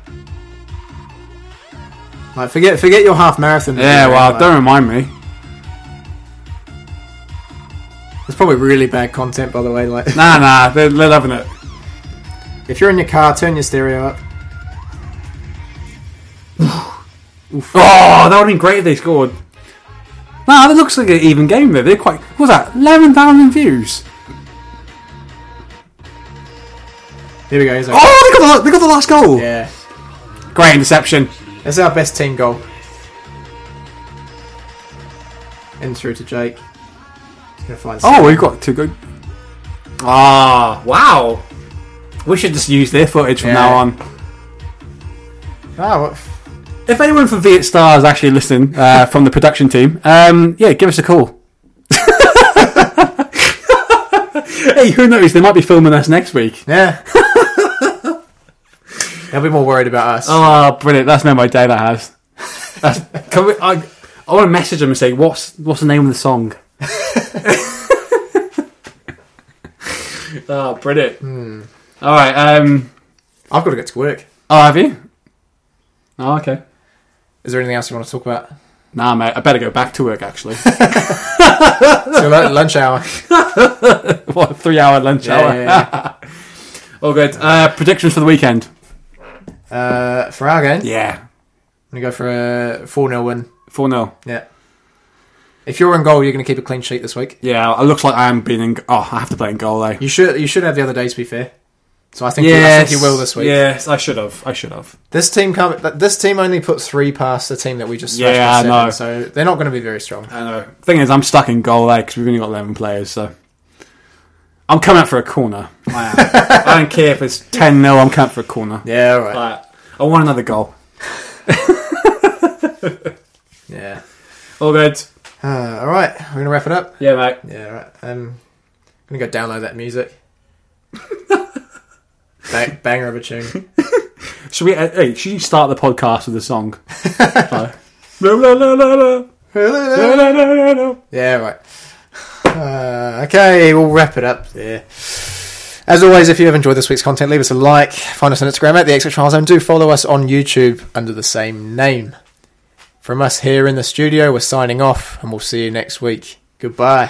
Speaker 1: like forget forget your half marathon.
Speaker 2: Yeah, well
Speaker 1: Like,
Speaker 2: don't remind me.
Speaker 1: It's probably really bad content, by the way. Like,
Speaker 2: Nah nah, they're, they're loving it.
Speaker 1: If you're in your car, turn your stereo up.
Speaker 2: Oh, that would have been great if they scored. Nah, that looks like an even game though. They're quite what was that? Eleven thousand views.
Speaker 1: Here we go. He's like,
Speaker 2: Oh, they got the, they got the last goal.
Speaker 1: Yeah,
Speaker 2: Great interception.
Speaker 1: that's our best team goal. In through to Jake. He's gonna find.
Speaker 2: Oh, we've got two good. Ah, wow. We should just use their footage from
Speaker 1: Yeah.
Speaker 2: now on.
Speaker 1: Ah, what?
Speaker 2: If anyone from Viet Star is actually listening [LAUGHS] uh, from the production team, um, yeah, give us a call. [LAUGHS] hey, who knows? They might be filming us next week.
Speaker 1: yeah. [LAUGHS] They'll be more worried about us.
Speaker 2: Oh, brilliant! That's made my day. That has.
Speaker 1: [LAUGHS]
Speaker 2: That's, can we, I, I want to message them and say, "What's what's the name of
Speaker 1: [LAUGHS]
Speaker 2: the song?" oh,
Speaker 1: Hmm.
Speaker 2: brilliant! All right. Um,
Speaker 1: I've got to get to work.
Speaker 2: oh, have you? Oh, okay.
Speaker 1: Is there anything else you want to talk about?
Speaker 2: Nah, mate. I better go back to
Speaker 1: [LAUGHS]
Speaker 2: work. Actually, [LAUGHS]
Speaker 1: So lu- lunch hour.
Speaker 2: what a three-hour lunch hour. All good. Uh, predictions for the weekend.
Speaker 1: Uh, for our game,
Speaker 2: Yeah,
Speaker 1: I'm gonna go for a four 0 win.
Speaker 2: four 0
Speaker 1: Yeah. If you're in goal, you're gonna keep a clean sheet this week.
Speaker 2: Yeah, it looks like I am being. In, oh, I have to play in goal though.
Speaker 1: You should you should have the other day to be fair. So I think you, I think you will this week.
Speaker 2: Yes, I should have. I should have.
Speaker 1: This team come, th- this team only put three past the team that we just smashed
Speaker 2: Yeah,
Speaker 1: with
Speaker 2: I
Speaker 1: seven,
Speaker 2: know.
Speaker 1: so they're not going to be very strong.
Speaker 2: I know. uh, Thing is, I'm stuck in goal there because we've only got eleven players, so I'm coming out for a corner. I, am. I don't care if it's ten 0 I'm coming out for a corner.
Speaker 1: Yeah, all right.
Speaker 2: Like, I want another goal.
Speaker 1: Yeah.
Speaker 2: All good.
Speaker 1: Uh, all right, we're going to wrap it up.
Speaker 2: Yeah, mate.
Speaker 1: Yeah, all right. Um, I'm going to go download that music. Bang, banger of a tune.
Speaker 2: Should we? Uh, hey, should you start the podcast with a song? Like, la, la, la, la, la, la,
Speaker 1: yeah,
Speaker 2: la, la, la, la.
Speaker 1: all right. Uh, okay, we'll wrap it up there. As always, if you have enjoyed this week's content, leave us a like. Find us on Instagram at the Exit Trial Zone. Do follow us on YouTube under the same name. From us here in the studio, we're signing off, and we'll see you next week. Goodbye.